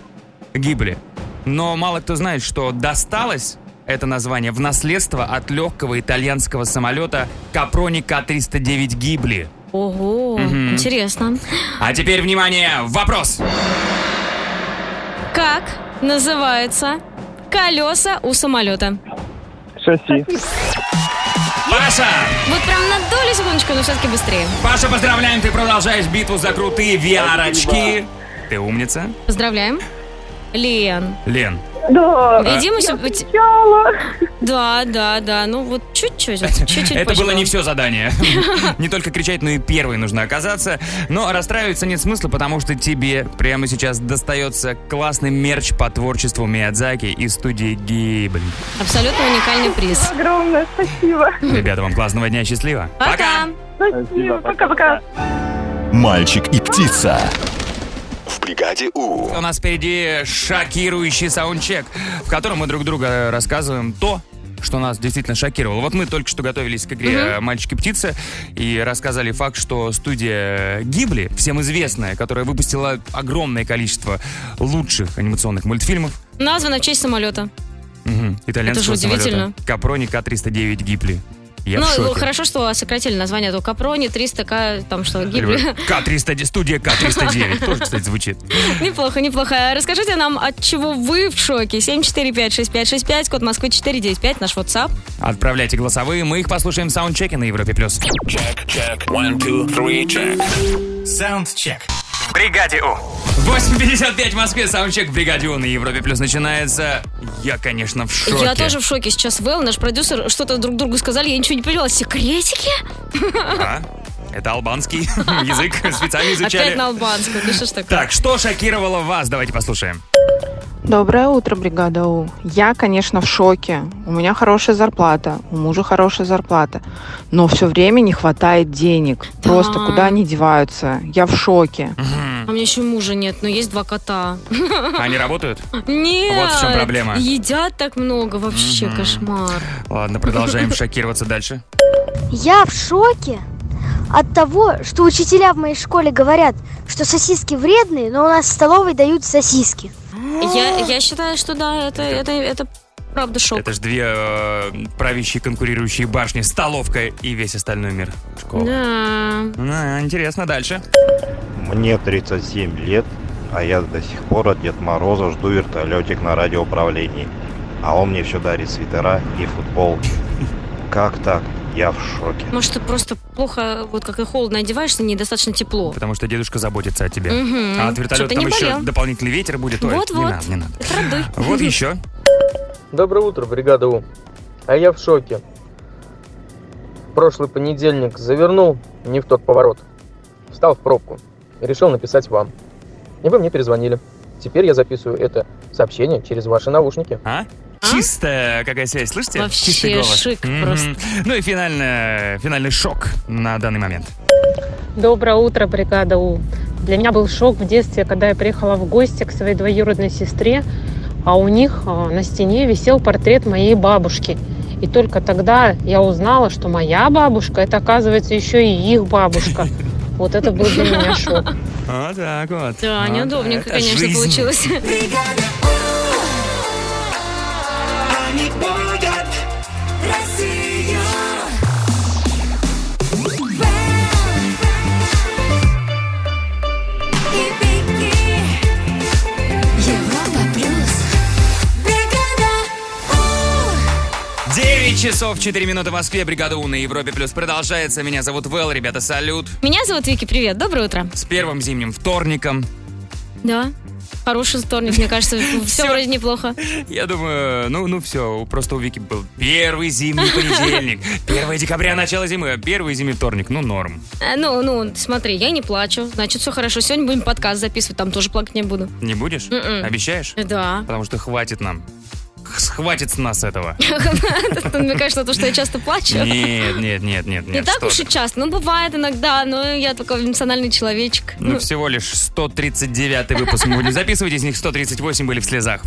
A: Гибли. Но мало кто знает, что досталось это название в наследство от легкого итальянского самолета Капрони К-309 Гибли.
B: Ого,
A: Мгм.
B: интересно.
A: А теперь, внимание, вопрос!
B: Как называются колеса у самолета?
K: Шасси.
A: Паша!
B: Вот прям на долю секундочку, но все-таки быстрее.
A: Паша, поздравляем, ты продолжаешь битву за крутые VR-очки. Ты умница.
B: Поздравляем. Лен.
A: Лен,
M: Да.
B: Видимо,
M: Я
B: всё- Да, да, да. Ну вот чуть-чуть. Чуть-чуть
A: Это
B: позже
A: было не все задание. Не только кричать, но и первой нужно оказаться. Но расстраиваться нет смысла, потому что тебе прямо сейчас достается классный мерч по творчеству Миядзаки и студии Гибель.
B: Абсолютно уникальный приз.
M: Огромное спасибо.
A: Ребята, вам классного дня, счастливо.
B: Пока.
M: Спасибо. Пока-пока.
C: Мальчик и птица. В бригаде У.
A: У нас впереди шокирующий саундчек, в котором мы друг друга рассказываем то, что нас действительно шокировало. Вот мы только что готовились к игре э, «Мальчики-птицы» и рассказали факт, что студия Гибли, всем известная, которая выпустила огромное количество лучших анимационных мультфильмов,
B: Названа в честь самолета.
A: Мгм. Итальянского
B: Это же удивительно.
A: самолета. Капроник А309 Гипли. Я
B: ну,
A: в шоке.
B: хорошо, что сократили название, а то Капрони, 300К, там что, гибли.
A: К-309, студия К-309. Тоже, кстати, звучит.
B: Неплохо, неплохо. Расскажите нам, от чего вы в шоке. 7456565, код Москвы 495, наш WhatsApp.
A: Отправляйте голосовые, мы их послушаем в саундчеке на Европе+. плюс.
E: Саундчек. В бригаде У.
A: 8.55 в Москве, саундчек в Бригаде У» на Европе+. Плюс начинается. Я, конечно, в шоке.
B: Я тоже в шоке сейчас. Вэл, наш продюсер, что-то друг другу сказали, я ничего не поняла. Секретики?
A: Да. А? Это албанский язык, специально
B: Опять
A: изучали.
B: на албанском. Да что ж такое?
A: Так, что шокировало вас? Давайте послушаем.
N: Доброе утро, бригада У. Я, конечно, в шоке. У меня хорошая зарплата, у мужа хорошая зарплата, но все время не хватает денег. Просто
B: Да.
N: куда они деваются? Я в шоке.
B: А у меня еще мужа нет, но есть два кота.
A: Они работают?
B: Нет.
A: Вот в чем проблема.
B: Едят так много, вообще
A: Мгм.
B: кошмар.
A: Ладно, продолжаем шокироваться дальше.
O: Я в шоке от того, что учителя в моей школе говорят, что сосиски вредные, но у нас в столовой дают сосиски.
B: Я, я считаю, что да, это, это, это правда шок.
A: Это же две э, правящие конкурирующие башни, столовка и весь остальной мир. Школа.
B: Да.
A: Да, Ну, интересно, дальше.
P: Мне 37 лет, а я до сих пор от Дед Мороза жду вертолетик на радиоуправлении. А он мне все дарит свитера и футболки. Как так? Я в шоке.
B: Может, ты просто плохо, вот как и холодно одеваешься, недостаточно тепло.
A: Потому что дедушка заботится о тебе.
B: Мгм.
A: А от вертолета
B: Чтоб ты
A: там
B: не
A: еще
B: болел.
A: дополнительный ветер будет. Ой,
B: Вот,
A: не
B: вот.
A: надо, не надо. Вот еще.
J: Доброе утро, бригада У. А я в шоке. Прошлый понедельник завернул не в тот поворот. Встал в пробку и решил написать вам. И вы мне перезвонили. Теперь я записываю это сообщение через ваши наушники.
A: А? Чистая какая связь, слышите?
J: Вообще
A: Чистый голос.
J: шик
A: Мгм.
J: просто.
A: Ну и финальное, финальный шок на данный момент.
Q: Доброе утро, бригада У. Ну, Для меня был шок в детстве, когда я приехала в гости к своей двоюродной сестре, а у них а, на стене висел портрет моей бабушки. И только тогда я узнала, что моя бабушка, это оказывается еще и их бабушка. Вот это был для меня шок.
A: Вот так вот.
B: Да,
A: Вот
B: неудобненько,
A: А, это
B: конечно,
A: жизнь.
B: получилось.
D: Они будут Россию.
G: Европа плюс.
A: 9 часов 4 минуты в Москве. Бригада У на Европе Плюс продолжается. Меня зовут Вэл, ребята, салют.
B: Меня зовут Вики, привет, доброе утро.
A: С первым зимним вторником.
B: Да, хороший вторник, мне кажется, все вроде неплохо.
A: Я думаю, ну, ну все, просто у Вики был первый зимний понедельник. 1 декабря, начало зимы, а первый зимний вторник, ну норм.
B: Э, Ну, ну, смотри, я не плачу, значит, все хорошо. Сегодня будем подкаст записывать, там тоже плакать не буду.
A: Не будешь?
B: Мгм.
A: Обещаешь?
B: Да.
A: Потому что хватит нам. Х- Хватит с нас этого.
B: Ты намекаешь на Ну, то, что я часто плачу?
A: Нет, нет, нет, нет,
B: Не
A: нет.
B: так
A: что
B: уж
A: ты.
B: и часто, ну, бывает иногда, но я такой эмоциональный человечек.
A: Ну, всего лишь 139 выпуск мы будем записывать, из них 138 были в слезах.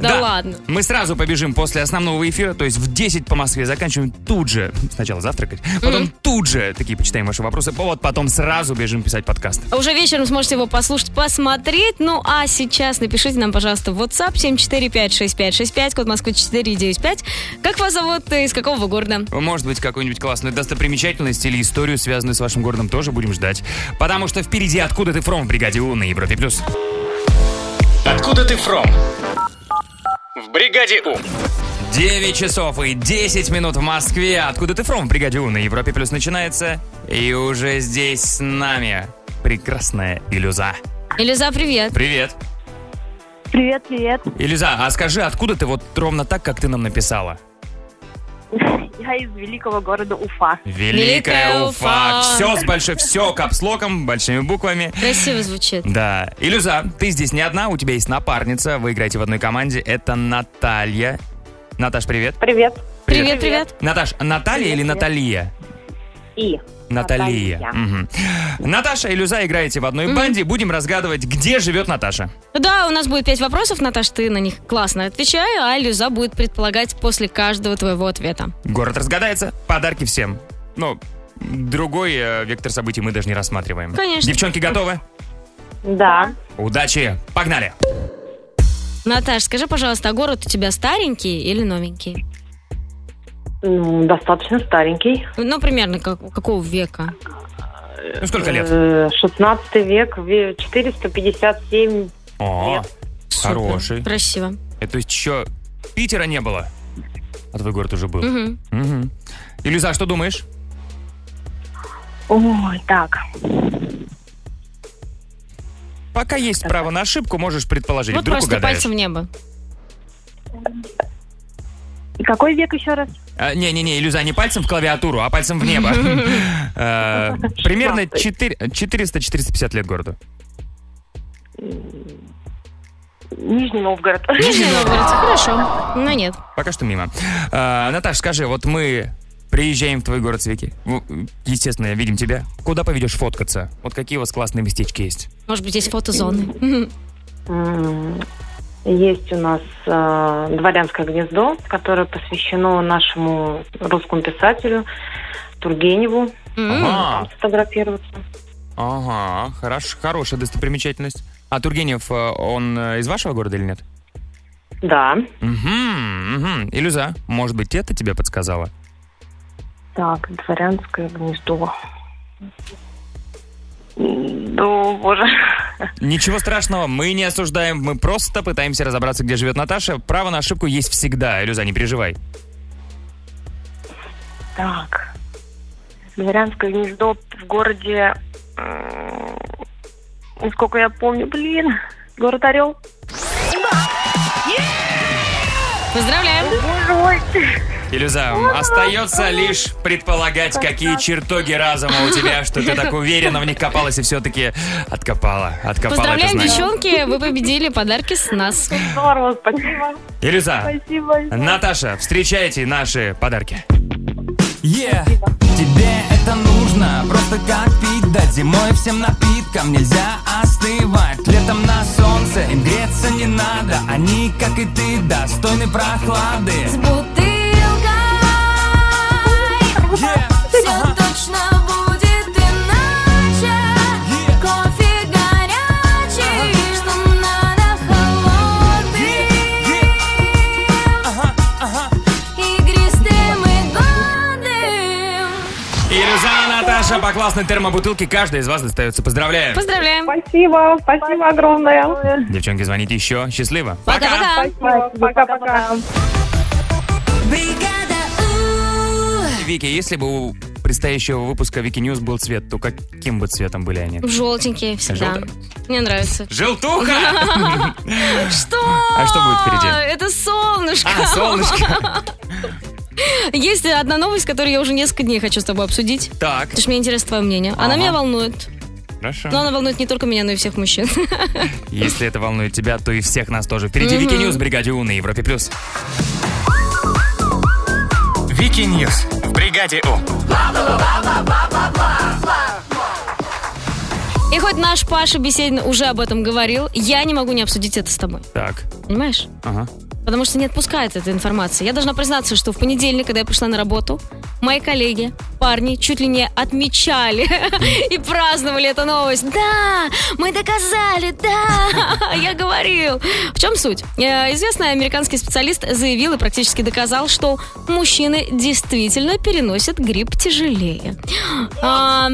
B: Да ладно.
A: Мы сразу побежим после основного эфира, то есть в 10 по Москве заканчиваем тут же. Сначала завтракать, потом тут же такие почитаем ваши вопросы, повод, потом сразу бежим писать подкаст.
B: А Уже вечером сможете его послушать, посмотреть. Ну а сейчас напишите нам, пожалуйста, в WhatsApp 7456565, код Москвы 495. Как вас зовут, э, из какого вы города?
A: Может быть, какую-нибудь классную достопримечательность или историю, связанную с вашим городом, тоже будем ждать. Потому что впереди «Откуда ты фром» в бригаде У на Европе+. плюс.
E: Откуда ты фром? В бригаде У.
A: 9 часов и 10 минут в Москве. Откуда ты фром? в Бригаде У на Европе Плюс начинается. И уже здесь с нами прекрасная Илюза.
B: Элиза, привет.
A: Привет.
R: Привет, привет.
A: Илюза, а скажи, откуда ты вот ровно так, как ты нам написала?
R: Я из великого города Уфа.
A: Великая Уфа.
R: Уфа.
A: Все с большой, все капслоком, большими буквами.
B: Красиво звучит.
A: Да. Илюза, ты здесь не одна, у тебя есть напарница, вы играете в одной команде. Это Наталья. Наташ, привет.
R: Привет.
B: Привет, привет.
A: Наташ, Наталья или Наталья?
R: И.
A: Наталья. Мгм. Наташа и Люза играете в одной банде. Будем разгадывать, где живет Наташа.
B: Да, у нас будет пять вопросов, Наташ, ты на них классно отвечай, а Люза будет предполагать после каждого твоего ответа.
A: Город разгадается, подарки всем. Ну, другой э, вектор событий мы даже не рассматриваем.
B: Конечно.
A: Девчонки готовы?
M: Да.
A: Удачи, погнали!
B: Наташ, скажи, пожалуйста, а город у тебя старенький или новенький?
M: Ну, достаточно старенький.
B: Ну, примерно как- какого века?
A: Ну, сколько лет?
M: Э, 16 век, ве- 457.
A: О, хороший.
B: Красиво.
A: Это то есть еще Питера не было, а твой город уже был.
M: Мгм.
A: Мгм. Илюза, а что думаешь?
M: Ой, так.
A: Пока есть право на ошибку, можешь предположить.
B: вот
A: Вдруг
B: просто
A: угадаешь.
B: пальцем в небо.
M: И какой век еще раз?
A: А, Не-не-не, Илюза, не пальцем в клавиатуру, а пальцем в небо. Э, Примерно четыре- 400-450 лет городу.
M: Нижний Новгород.
B: Нижний Новгород, хорошо. Ну, нет.
A: Пока что мимо. Э, Наташ, скажи, вот мы приезжаем в твой город Свеки. Ну, Естественно, видим тебя. Куда поведешь фоткаться? Вот какие у вас классные местечки есть?
B: Может быть, есть фотозоны.
M: М, Есть у нас э, дворянское гнездо, которое посвящено нашему русскому писателю Тургеневу.
A: Ага.
B: М-м.
M: Там сфотографироваться.
A: Ага, хорош, хорошая достопримечательность. А Тургенев, э, он э, из вашего города или нет?
M: Да.
A: Угу, угу. Илюза, может быть, это тебе подсказала?
M: Так, дворянское гнездо. Ну, боже.
A: Ничего страшного, мы не осуждаем, мы просто пытаемся разобраться, где живет Наташа. Право на ошибку есть всегда, Илюза, не переживай.
M: Так. Дворянское гнездо в городе... м, Насколько я помню, блин, город Орел.
B: Поздравляем!
M: Боже мой!
A: Илюза, остается лишь предполагать, какие чертоги разума у тебя, что ты так уверенно в них копалась и все-таки откопала, откопала это
B: Поздравляем,
A: знание.
B: девчонки, вы победили подарки с нас.
M: Здорово, спасибо.
A: Илюза,
M: Спасибо.
A: Наташа, встречайте наши подарки.
S: Е, тебе это нужно, просто как пить дать Зимой всем напиткам нельзя остывать Летом на солнце им греться не надо Они, как и ты, достойны прохлады
G: С бутылкой все точно будет иначе. Кофе горячий, что надо холодный. Игристым и гордым.
A: Илюза, Наташа, по классной термобутылке каждая из вас достается. Поздравляем.
B: Поздравляем.
F: Спасибо, спасибо огромное.
A: Девчонки, звоните еще. Счастливо.
G: Пока-пока.
F: Пока-пока.
A: Вики, если бы у предстоящего выпуска Вики Ньюс был цвет, то каким бы цветом были они?
B: Желтенькие всегда.
A: Желтые.
B: Мне нравится.
A: Желтуха!
B: Что?
A: А что будет впереди?
B: Это солнышко.
A: А, солнышко.
B: Есть одна новость, которую я уже несколько дней хочу с тобой обсудить.
A: Так.
B: Потому что мне интересно твое мнение. Она
A: Ага.
B: меня волнует.
A: Хорошо.
B: Но она волнует не только меня, но и всех мужчин.
A: Если это волнует тебя, то и всех нас тоже. Впереди
B: Мгм.
A: Вики Ньюс, Бригаде У на Европе+. плюс.
E: Вики Ньюс в бригаде У.
B: И хоть наш Паша Беседин уже об этом говорил, я не могу не обсудить это с тобой.
A: Так,
B: Понимаешь?
A: ага.
B: Потому что не отпускает эта информация. Я должна признаться, что в понедельник, когда я пришла на работу, мои коллеги, парни, чуть ли не отмечали и праздновали эту новость. Да, мы доказали, да, я говорил. В чем суть? Э, Известный американский специалист заявил и практически доказал, что мужчины действительно переносят грипп тяжелее. А,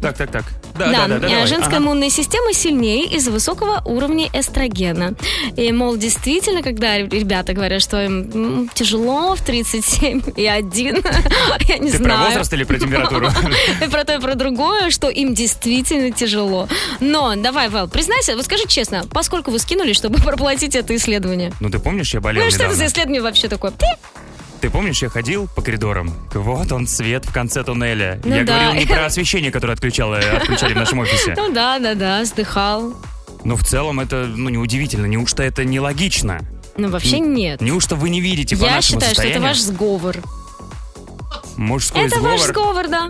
A: Так, так, так. Да, да, да, да,
B: э,
A: давай.
B: женская
A: Ага.
B: иммунная система сильнее из-за высокого уровня эстрогена. И, мол, действительно, когда р- ребята говорят, что им м, тяжело в 37 и 1, я не
A: Ты
B: знаю.
A: про возраст или про температуру?
B: И про то, и про другое, что им действительно тяжело. Но, давай, Вэл, признайся, вот скажи честно, поскольку вы скинули, чтобы проплатить это исследование?
A: Ну ты помнишь, я болел
B: ну и что это за
A: недавно?
B: исследование вообще такое?
A: Ты помнишь, я ходил по коридорам? Вот он, свет в конце туннеля.
B: Ну
A: я
B: да.
A: говорил не про освещение, которое отключало, отключали в нашем офисе.
B: Ну да, да, да, вздыхал.
A: Но в целом это, ну, неудивительно. Неужто это нелогично?
B: Ну вообще
A: Н-
B: нет.
A: Неужто вы не видите по
B: Я
A: нашему
B: считаю, что это
A: состоянию
B: ваш сговор.
A: мужской
B: это
A: сговор?
B: ваш сговор, да.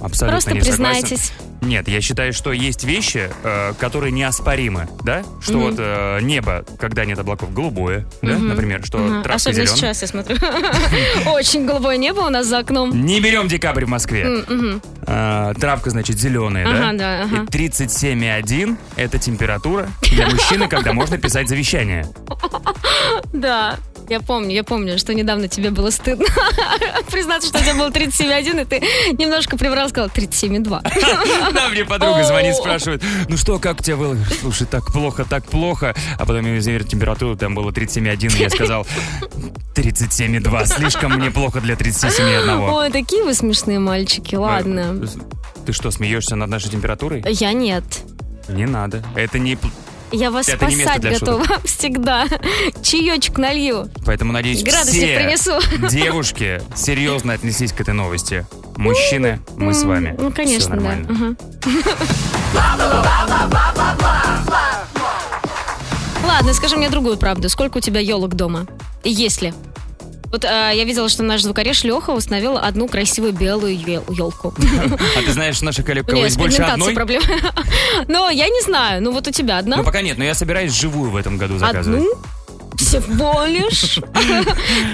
A: Абсолютно
B: Просто
A: не согласен.
B: признайтесь.
A: Нет, я считаю, что есть вещи, э, которые неоспоримы, да? Что
B: Мгм.
A: вот э, небо, когда нет облаков, голубое, да,
B: Мгм.
A: например, что
B: Ага.
A: травка
B: Особенно
A: зеленая.
B: сейчас я смотрю. Очень голубое небо у нас за окном.
A: Не берем декабрь в Москве.
B: М, мгм.
A: А, травка, значит, зеленая,
B: Ага, да, ага.
A: И 37,1 – это температура для мужчины, когда можно писать завещание.
B: Да, я помню, я помню, что недавно тебе было стыдно признаться, что у тебя было 37,1, и ты немножко приврал, сказал 37,2.
A: Да, мне подруга звонит,
B: О.
A: спрашивает, ну что, как у тебя было? Я говорю, Слушай, так плохо, так плохо. А потом я измерил температуру, там было 37,1, я сказал 37,2. Слишком мне плохо для 37,1.
B: Ой, такие вы смешные мальчики, ладно.
A: Ты что, смеешься над нашей температурой?
B: Я нет. Э.
A: Не надо. Это не... пл-
B: Я вас
A: Это не место
B: спасать
A: для шуток.
B: готова всегда. Чаечек налью.
A: Поэтому, надеюсь,
B: Градусник
A: все
B: принесу.
A: девушки серьезно отнеслись к этой новости. Мужчины, мы с вами.
B: Ну,
A: Всё
B: конечно, да.
A: нормально.
B: Ага. Ладно, скажи мне другую правду. Сколько у тебя елок дома? И Есть ли? Вот э, я видела, что наш звукореж Леха установил одну красивую белую елку.
A: А ты знаешь, наших коллег, у кого
B: Нет,
A: есть больше одной?
B: проблема. Но я не знаю. Ну вот у тебя одна?
A: Ну, пока нет, но я собираюсь живую в этом году заказывать.
B: Одну? Всего лишь?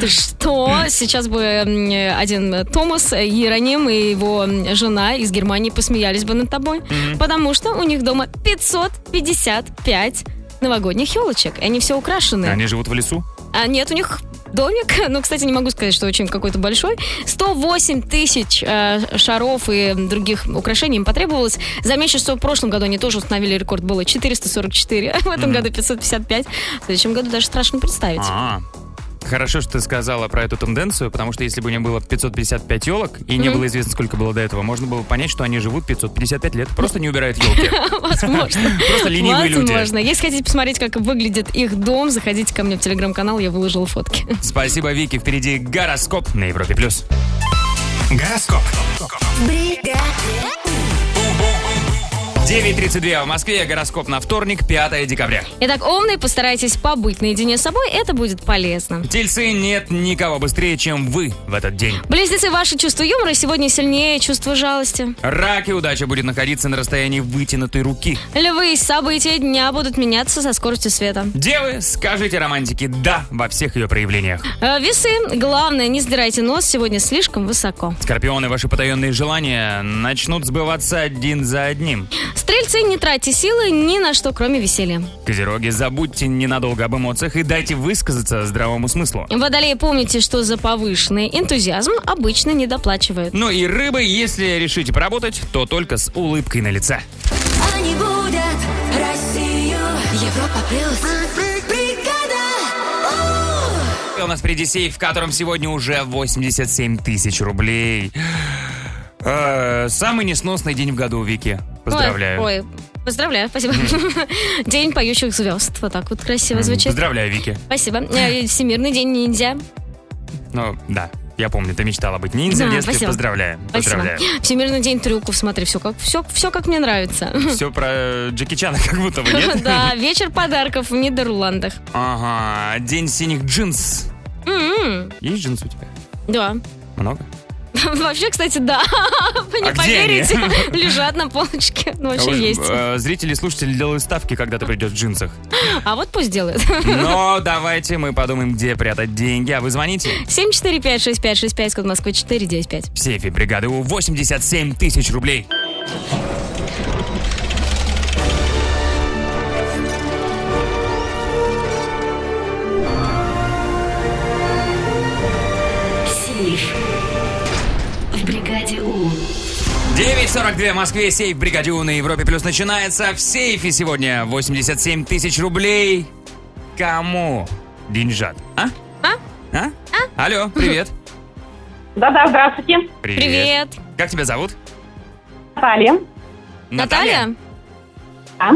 B: Ты что? Сейчас бы м, один Томас, Иероним и его м, жена из Германии посмеялись бы над тобой, потому что у них дома 555 новогодних елочек, и они все украшены.
A: Они живут в лесу?
B: А нет, у них домик, ну, кстати, не могу сказать, что очень какой-то большой. 108 тысяч э, шаров и других украшений им потребовалось. Замечу, что в прошлом году они тоже установили рекорд, было 444, в этом
A: Мгм.
B: году 555, в следующем году даже страшно представить.
A: А. Хорошо, что ты сказала про эту тенденцию, потому что если бы у нее было 555 елок, и не
B: Мгм.
A: было известно, сколько было до этого, можно было понять, что они живут 555 лет, просто не убирают елки.
B: Возможно.
A: Просто ленивые люди.
B: Возможно. Если хотите посмотреть, как выглядит их дом, заходите ко мне в телеграм-канал, я выложила фотки.
A: Спасибо, Вики. Впереди гороскоп на Европе+. плюс. Гороскоп. 9.32 в Москве. Гороскоп на вторник, 5 декабря.
B: Итак, умные, постарайтесь побыть наедине с собой, это будет полезно.
A: Тельцы нет никого быстрее, чем вы в этот день.
B: Близнецы, ваше чувство юмора сегодня сильнее чувства жалости.
A: Раки удача будет находиться на расстоянии вытянутой руки.
B: Львы, события дня будут меняться со скоростью света.
A: Девы, скажите романтике «да» во всех ее проявлениях.
B: Э, Весы, главное, не сдирайте нос, сегодня слишком высоко.
A: Скорпионы, ваши потаенные желания начнут сбываться один за одним.
B: Стрельцы, не тратьте силы ни на что, кроме веселья.
A: Козероги, забудьте ненадолго об эмоциях и дайте высказаться здравому смыслу.
B: Водолеи, помните, что за повышенный энтузиазм обычно не доплачивают.
A: Ну и рыбы, если решите поработать, то только с улыбкой на лице.
G: Они будут Россию Европа плюс Бригада У!
A: И У нас впереди сейф, в котором сегодня уже 87 тысяч рублей. Э, Самый несносный день в году, Вики. Поздравляю.
B: Ой, ой, поздравляю, спасибо. День поющих звезд. Вот так вот красиво
A: М,
B: звучит.
A: Поздравляю, Вики.
B: Спасибо. Э, Всемирный день ниндзя.
A: Ну, да, я помню, ты мечтала быть ниндзя в
B: Да,
A: детстве.
B: спасибо.
A: Поздравляю.
B: Спасибо.
A: Поздравляю.
B: Всемирный день трюков. Смотри, все как, все, все как мне нравится.
A: Все про Джеки Чана как будто бы, нет?
B: Да, вечер подарков в Нидерландах.
A: Ага, день синих джинс.
B: М,
A: Есть джинсы у тебя?
B: М-м. Да.
A: Много?
B: Вообще, кстати, да. Вы не
A: А где они?
B: поверите. Лежат на полочке. Ну,
A: Вы,
B: вообще есть.
A: э, Зрители и слушатели делают ставки, когда ты придешь в джинсах.
B: А вот пусть делают.
A: Но давайте мы подумаем, где прятать деньги. А вы звоните.
B: 7456565, код Москвы 495.
A: В сейфе бригады У 87 тысяч рублей.
D: Сейф. В бригаде У.
A: 9.42 в Москве, сейф бригаде У на Европе Плюс начинается. В сейфе сегодня 87 тысяч рублей. Кому деньжат? А? А? А? Алло, привет.
M: Да-да, здравствуйте.
A: Привет. Как тебя зовут?
M: Наталья.
B: Наталья?
M: А?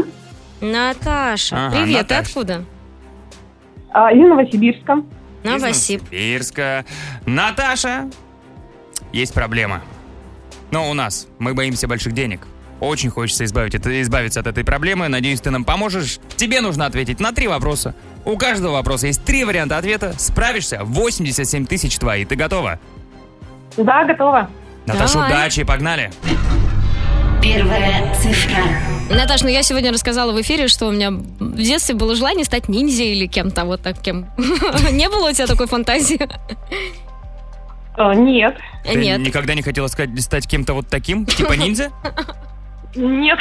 B: Наташа.
A: Ага,
B: Привет, ты
A: Наташ.
B: откуда?
M: А, из Новосибирска.
B: Новосиб.
A: Новосибирска. Наташа, есть проблема. Но у нас мы боимся больших денег. Очень хочется избавить это- избавиться от этой проблемы. Надеюсь, ты нам поможешь. Тебе нужно ответить на три вопроса. У каждого вопроса есть три варианта ответа. Справишься? 87 тысяч твои. Ты готова?
M: Да, готова.
A: Наташа,
B: Давай.
A: удачи, погнали.
D: Первая цифра.
B: Наташ, ну я сегодня рассказала в эфире, что у меня в детстве было желание стать ниндзя или кем-то вот таким. Не было у тебя такой фантазии?
M: А, Нет.
A: Ты
B: Нет.
A: никогда не хотела сказать- стать кем-то вот таким? Типа ниндзя?
M: Нет.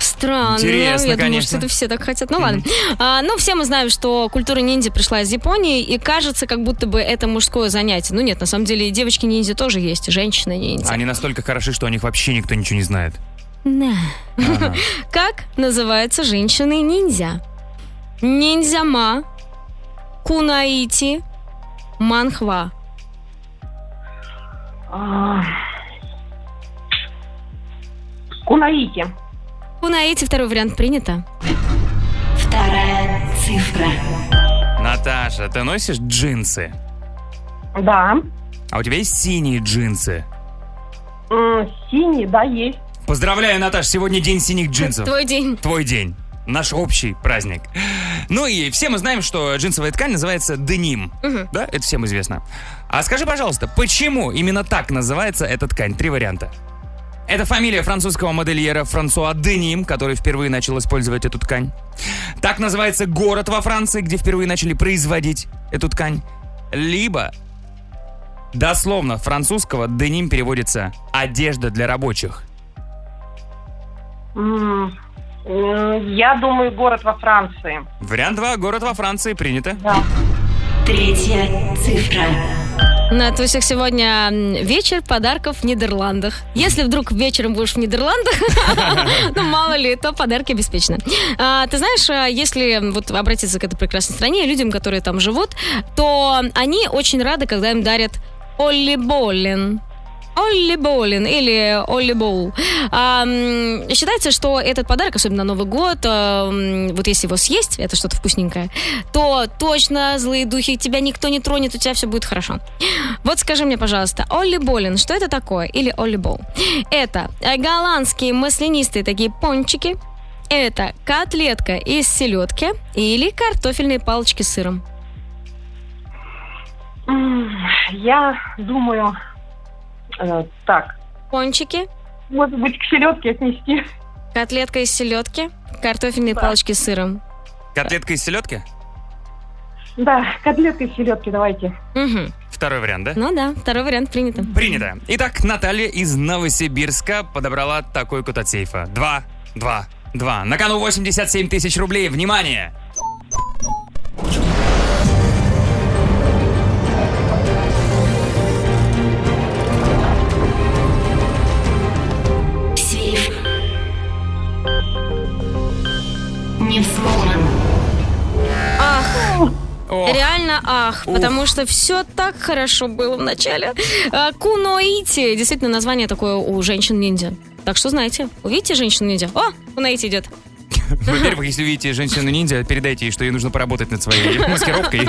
B: Странно.
A: Интересно,
B: я думаю,
A: конечно.
B: что это все так хотят. Ну ладно. А, ну, все мы знаем, что культура ниндзя пришла из Японии, и кажется, как будто бы это мужское занятие. Ну нет, на самом деле и девочки-ниндзя тоже есть, и женщины-ниндзя.
A: Они настолько хороши, что о них вообще никто ничего не знает.
B: Да.
A: Ага.
B: Как называются женщины-ниндзя? Ниндзяма, кунаити, манхва.
M: А, Кунаики.
B: Кунаити, второй вариант принято.
D: Вторая цифра.
A: Наташа, ты носишь джинсы?
M: Да.
A: А у тебя есть синие джинсы?
M: М, Синий, да, есть.
A: Поздравляю, Наташ, сегодня день синих джинсов.
B: Твой день.
A: Твой день. Наш общий праздник. Ну и все мы знаем, что джинсовая ткань называется деним.
B: Мгм.
A: Да, это всем известно. А скажи, пожалуйста, почему именно так называется эта ткань? Три варианта. Это фамилия французского модельера Франсуа Деним, который впервые начал использовать эту ткань. Так называется город во Франции, где впервые начали производить эту ткань. Либо дословно французского деним переводится «одежда для рабочих».
M: М, м, Я думаю, город во Франции.
A: Вариант 2. Город во Франции. Принято.
D: Третья цифра.
B: На Тусях сегодня м, вечер подарков в Нидерландах. Если вдруг вечером будешь в Нидерландах, ну мало ли, то подарки обеспечены. А, Ты знаешь, а, если вот обратиться к этой прекрасной стране, людям, которые там живут, то они очень рады, когда им дарят Олли Боллин. Олли Боулин или Олли Боул. А, м, считается, что этот подарок, особенно на Новый год, а, м, вот если его съесть, это что-то вкусненькое, то точно злые духи тебя никто не тронет, у тебя все будет хорошо. Вот скажи мне, пожалуйста, Олли Болин, что это такое? Или Олли Боул? Это э, голландские маслянистые такие пончики, это котлетка из селедки или картофельные палочки с сыром.
M: М, Я думаю... э, Так.
B: Пончики,
M: Может быть, к селедке отнести?
B: котлетка из селедки, картофельные палочки с сыром.
A: Котлетка из селедки?
M: Да, котлетка из селедки давайте.
B: Мгм.
A: Второй вариант, да?
B: Ну да, второй вариант принято.
A: Принято. Итак, Наталья из Новосибирска подобрала такой код от сейфа. Два, два, два. На кону 87 тысяч рублей. Внимание!
D: Сейф. Не взломан.
B: Ах.
D: Ох.
B: Реально ах,
D: Ух.
B: потому что все так хорошо было в начале. А, Куноити, действительно название такое у женщин-ниндзя. Так что знаете, увидите женщину-ниндзя? О, Куноити идет.
A: Во-первых, если видите женщину-ниндзя, передайте ей, что ей нужно поработать над своей маскировкой.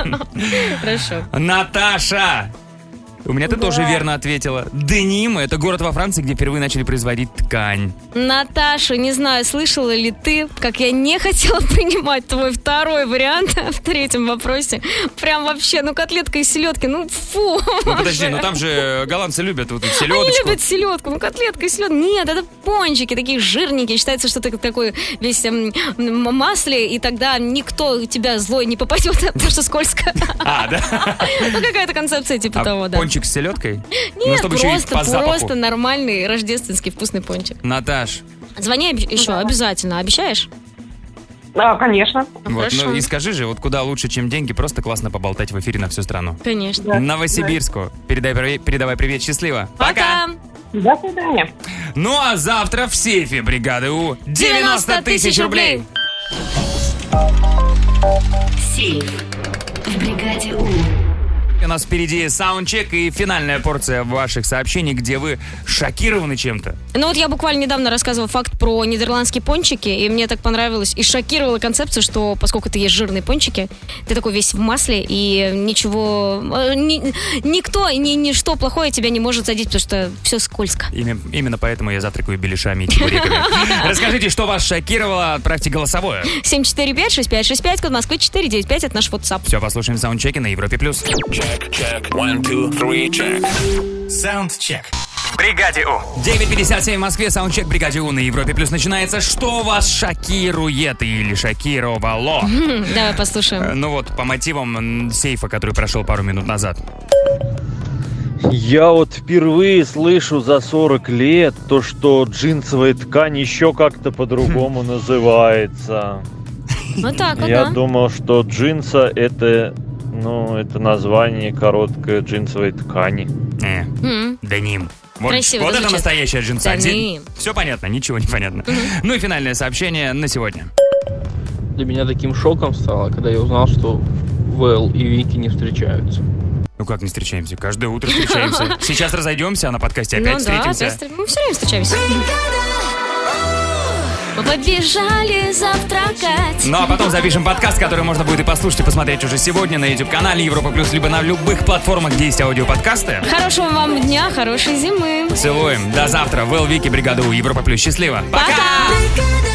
B: Хорошо.
A: Наташа! У меня ты тоже верно ответила. Деним — это город во Франции, где впервые начали производить ткань.
B: Наташа, не знаю, слышала ли ты, как я не хотела принимать твой второй вариант в третьем вопросе. Прям вообще, ну котлетка из селедки, ну фу.
A: Ну подожди,
B: Маша.
A: ну там же голландцы любят вот эту
B: Они
A: селедочку.
B: любят селедку, ну котлетка и селедка. Нет, это пончики, такие жирненькие. Считается, что ты такой весь эм, м, в масле, и тогда никто тебя злой не попадет, потому что скользко.
A: А, да?
B: Ну какая-то концепция типа того,
A: А
B: да.
A: пончик с селедкой? Ну,
B: Нет,
A: чтобы еще и
B: просто,
A: по запаху.
B: просто нормальный рождественский вкусный пончик.
A: Наташ,
B: Звони обе- еще обязательно, обещаешь?
M: Да, А, конечно.
A: Вот,
B: Хорошо.
A: ну и скажи же, вот куда лучше, чем деньги, просто классно поболтать в эфире на всю страну.
B: Конечно.
A: Новосибирску. Передай, привет- передавай привет, счастливо.
B: Пока.
M: До свидания.
A: Ну а завтра в сейфе бригады У 90 тысяч рублей.
D: Сейф. В бригаде У.
A: У нас впереди саундчек и финальная порция ваших сообщений, где вы шокированы чем-то.
B: Ну вот я буквально недавно рассказывала факт про нидерландские пончики, и мне так понравилось и шокировала концепцию, что поскольку ты ешь жирные пончики, ты такой весь в масле, и ничего, э, ни- никто, и ни, ничто плохое тебя не может задеть, потому что все скользко.
A: Именно, именно поэтому я завтракаю беляшами и чебуреками. Расскажите, что вас шокировало, отправьте голосовое.
B: 745-6565, код Москвы 495, это наш WhatsApp.
A: Все, послушаем саундчеки на Европе+. плюс.
L: Чек, чек, one, two, three, чек.
A: Саундчек.
E: Бригаде У.
A: 9.57 в Москве, саундчек бригаде У на Европе Плюс начинается. Что вас шокирует или шокировало?
B: Давай послушаем.
A: Э, Ну вот, по мотивам м, сейфа, который прошел пару минут назад.
J: Я вот впервые слышу за 40 лет то, что джинсовая ткань еще как-то по-другому называется.
B: Вот так вот,
J: Я
B: Ну да.
J: думал, что джинса это, ну, это название короткой джинсовой ткани.
B: М.
A: Деним. Э, Вот,
B: Красиво
A: вот это
B: звучит.
A: настоящая джинса.
B: Деним.
A: Все понятно, ничего не понятно. Ну и финальное сообщение на сегодня.
T: Для меня таким шоком стало, когда я узнал, что Вэл и Вики не встречаются.
A: Ну как не встречаемся? Каждое утро встречаемся. Сейчас разойдемся, а на подкасте
B: Ну да,
A: опять встретимся.
B: опять встр- мы все время встречаемся. Мы побежали завтракать.
A: Ну а потом запишем подкаст, который можно будет и послушать, и посмотреть уже сегодня на YouTube-канале Европа Плюс, либо на любых платформах, где есть аудиоподкасты.
B: Хорошего вам дня, хорошей зимы.
A: Целуем. До завтра. Вэл Вики, бригада У, Европа Плюс. Счастливо. Пока!
B: Пока!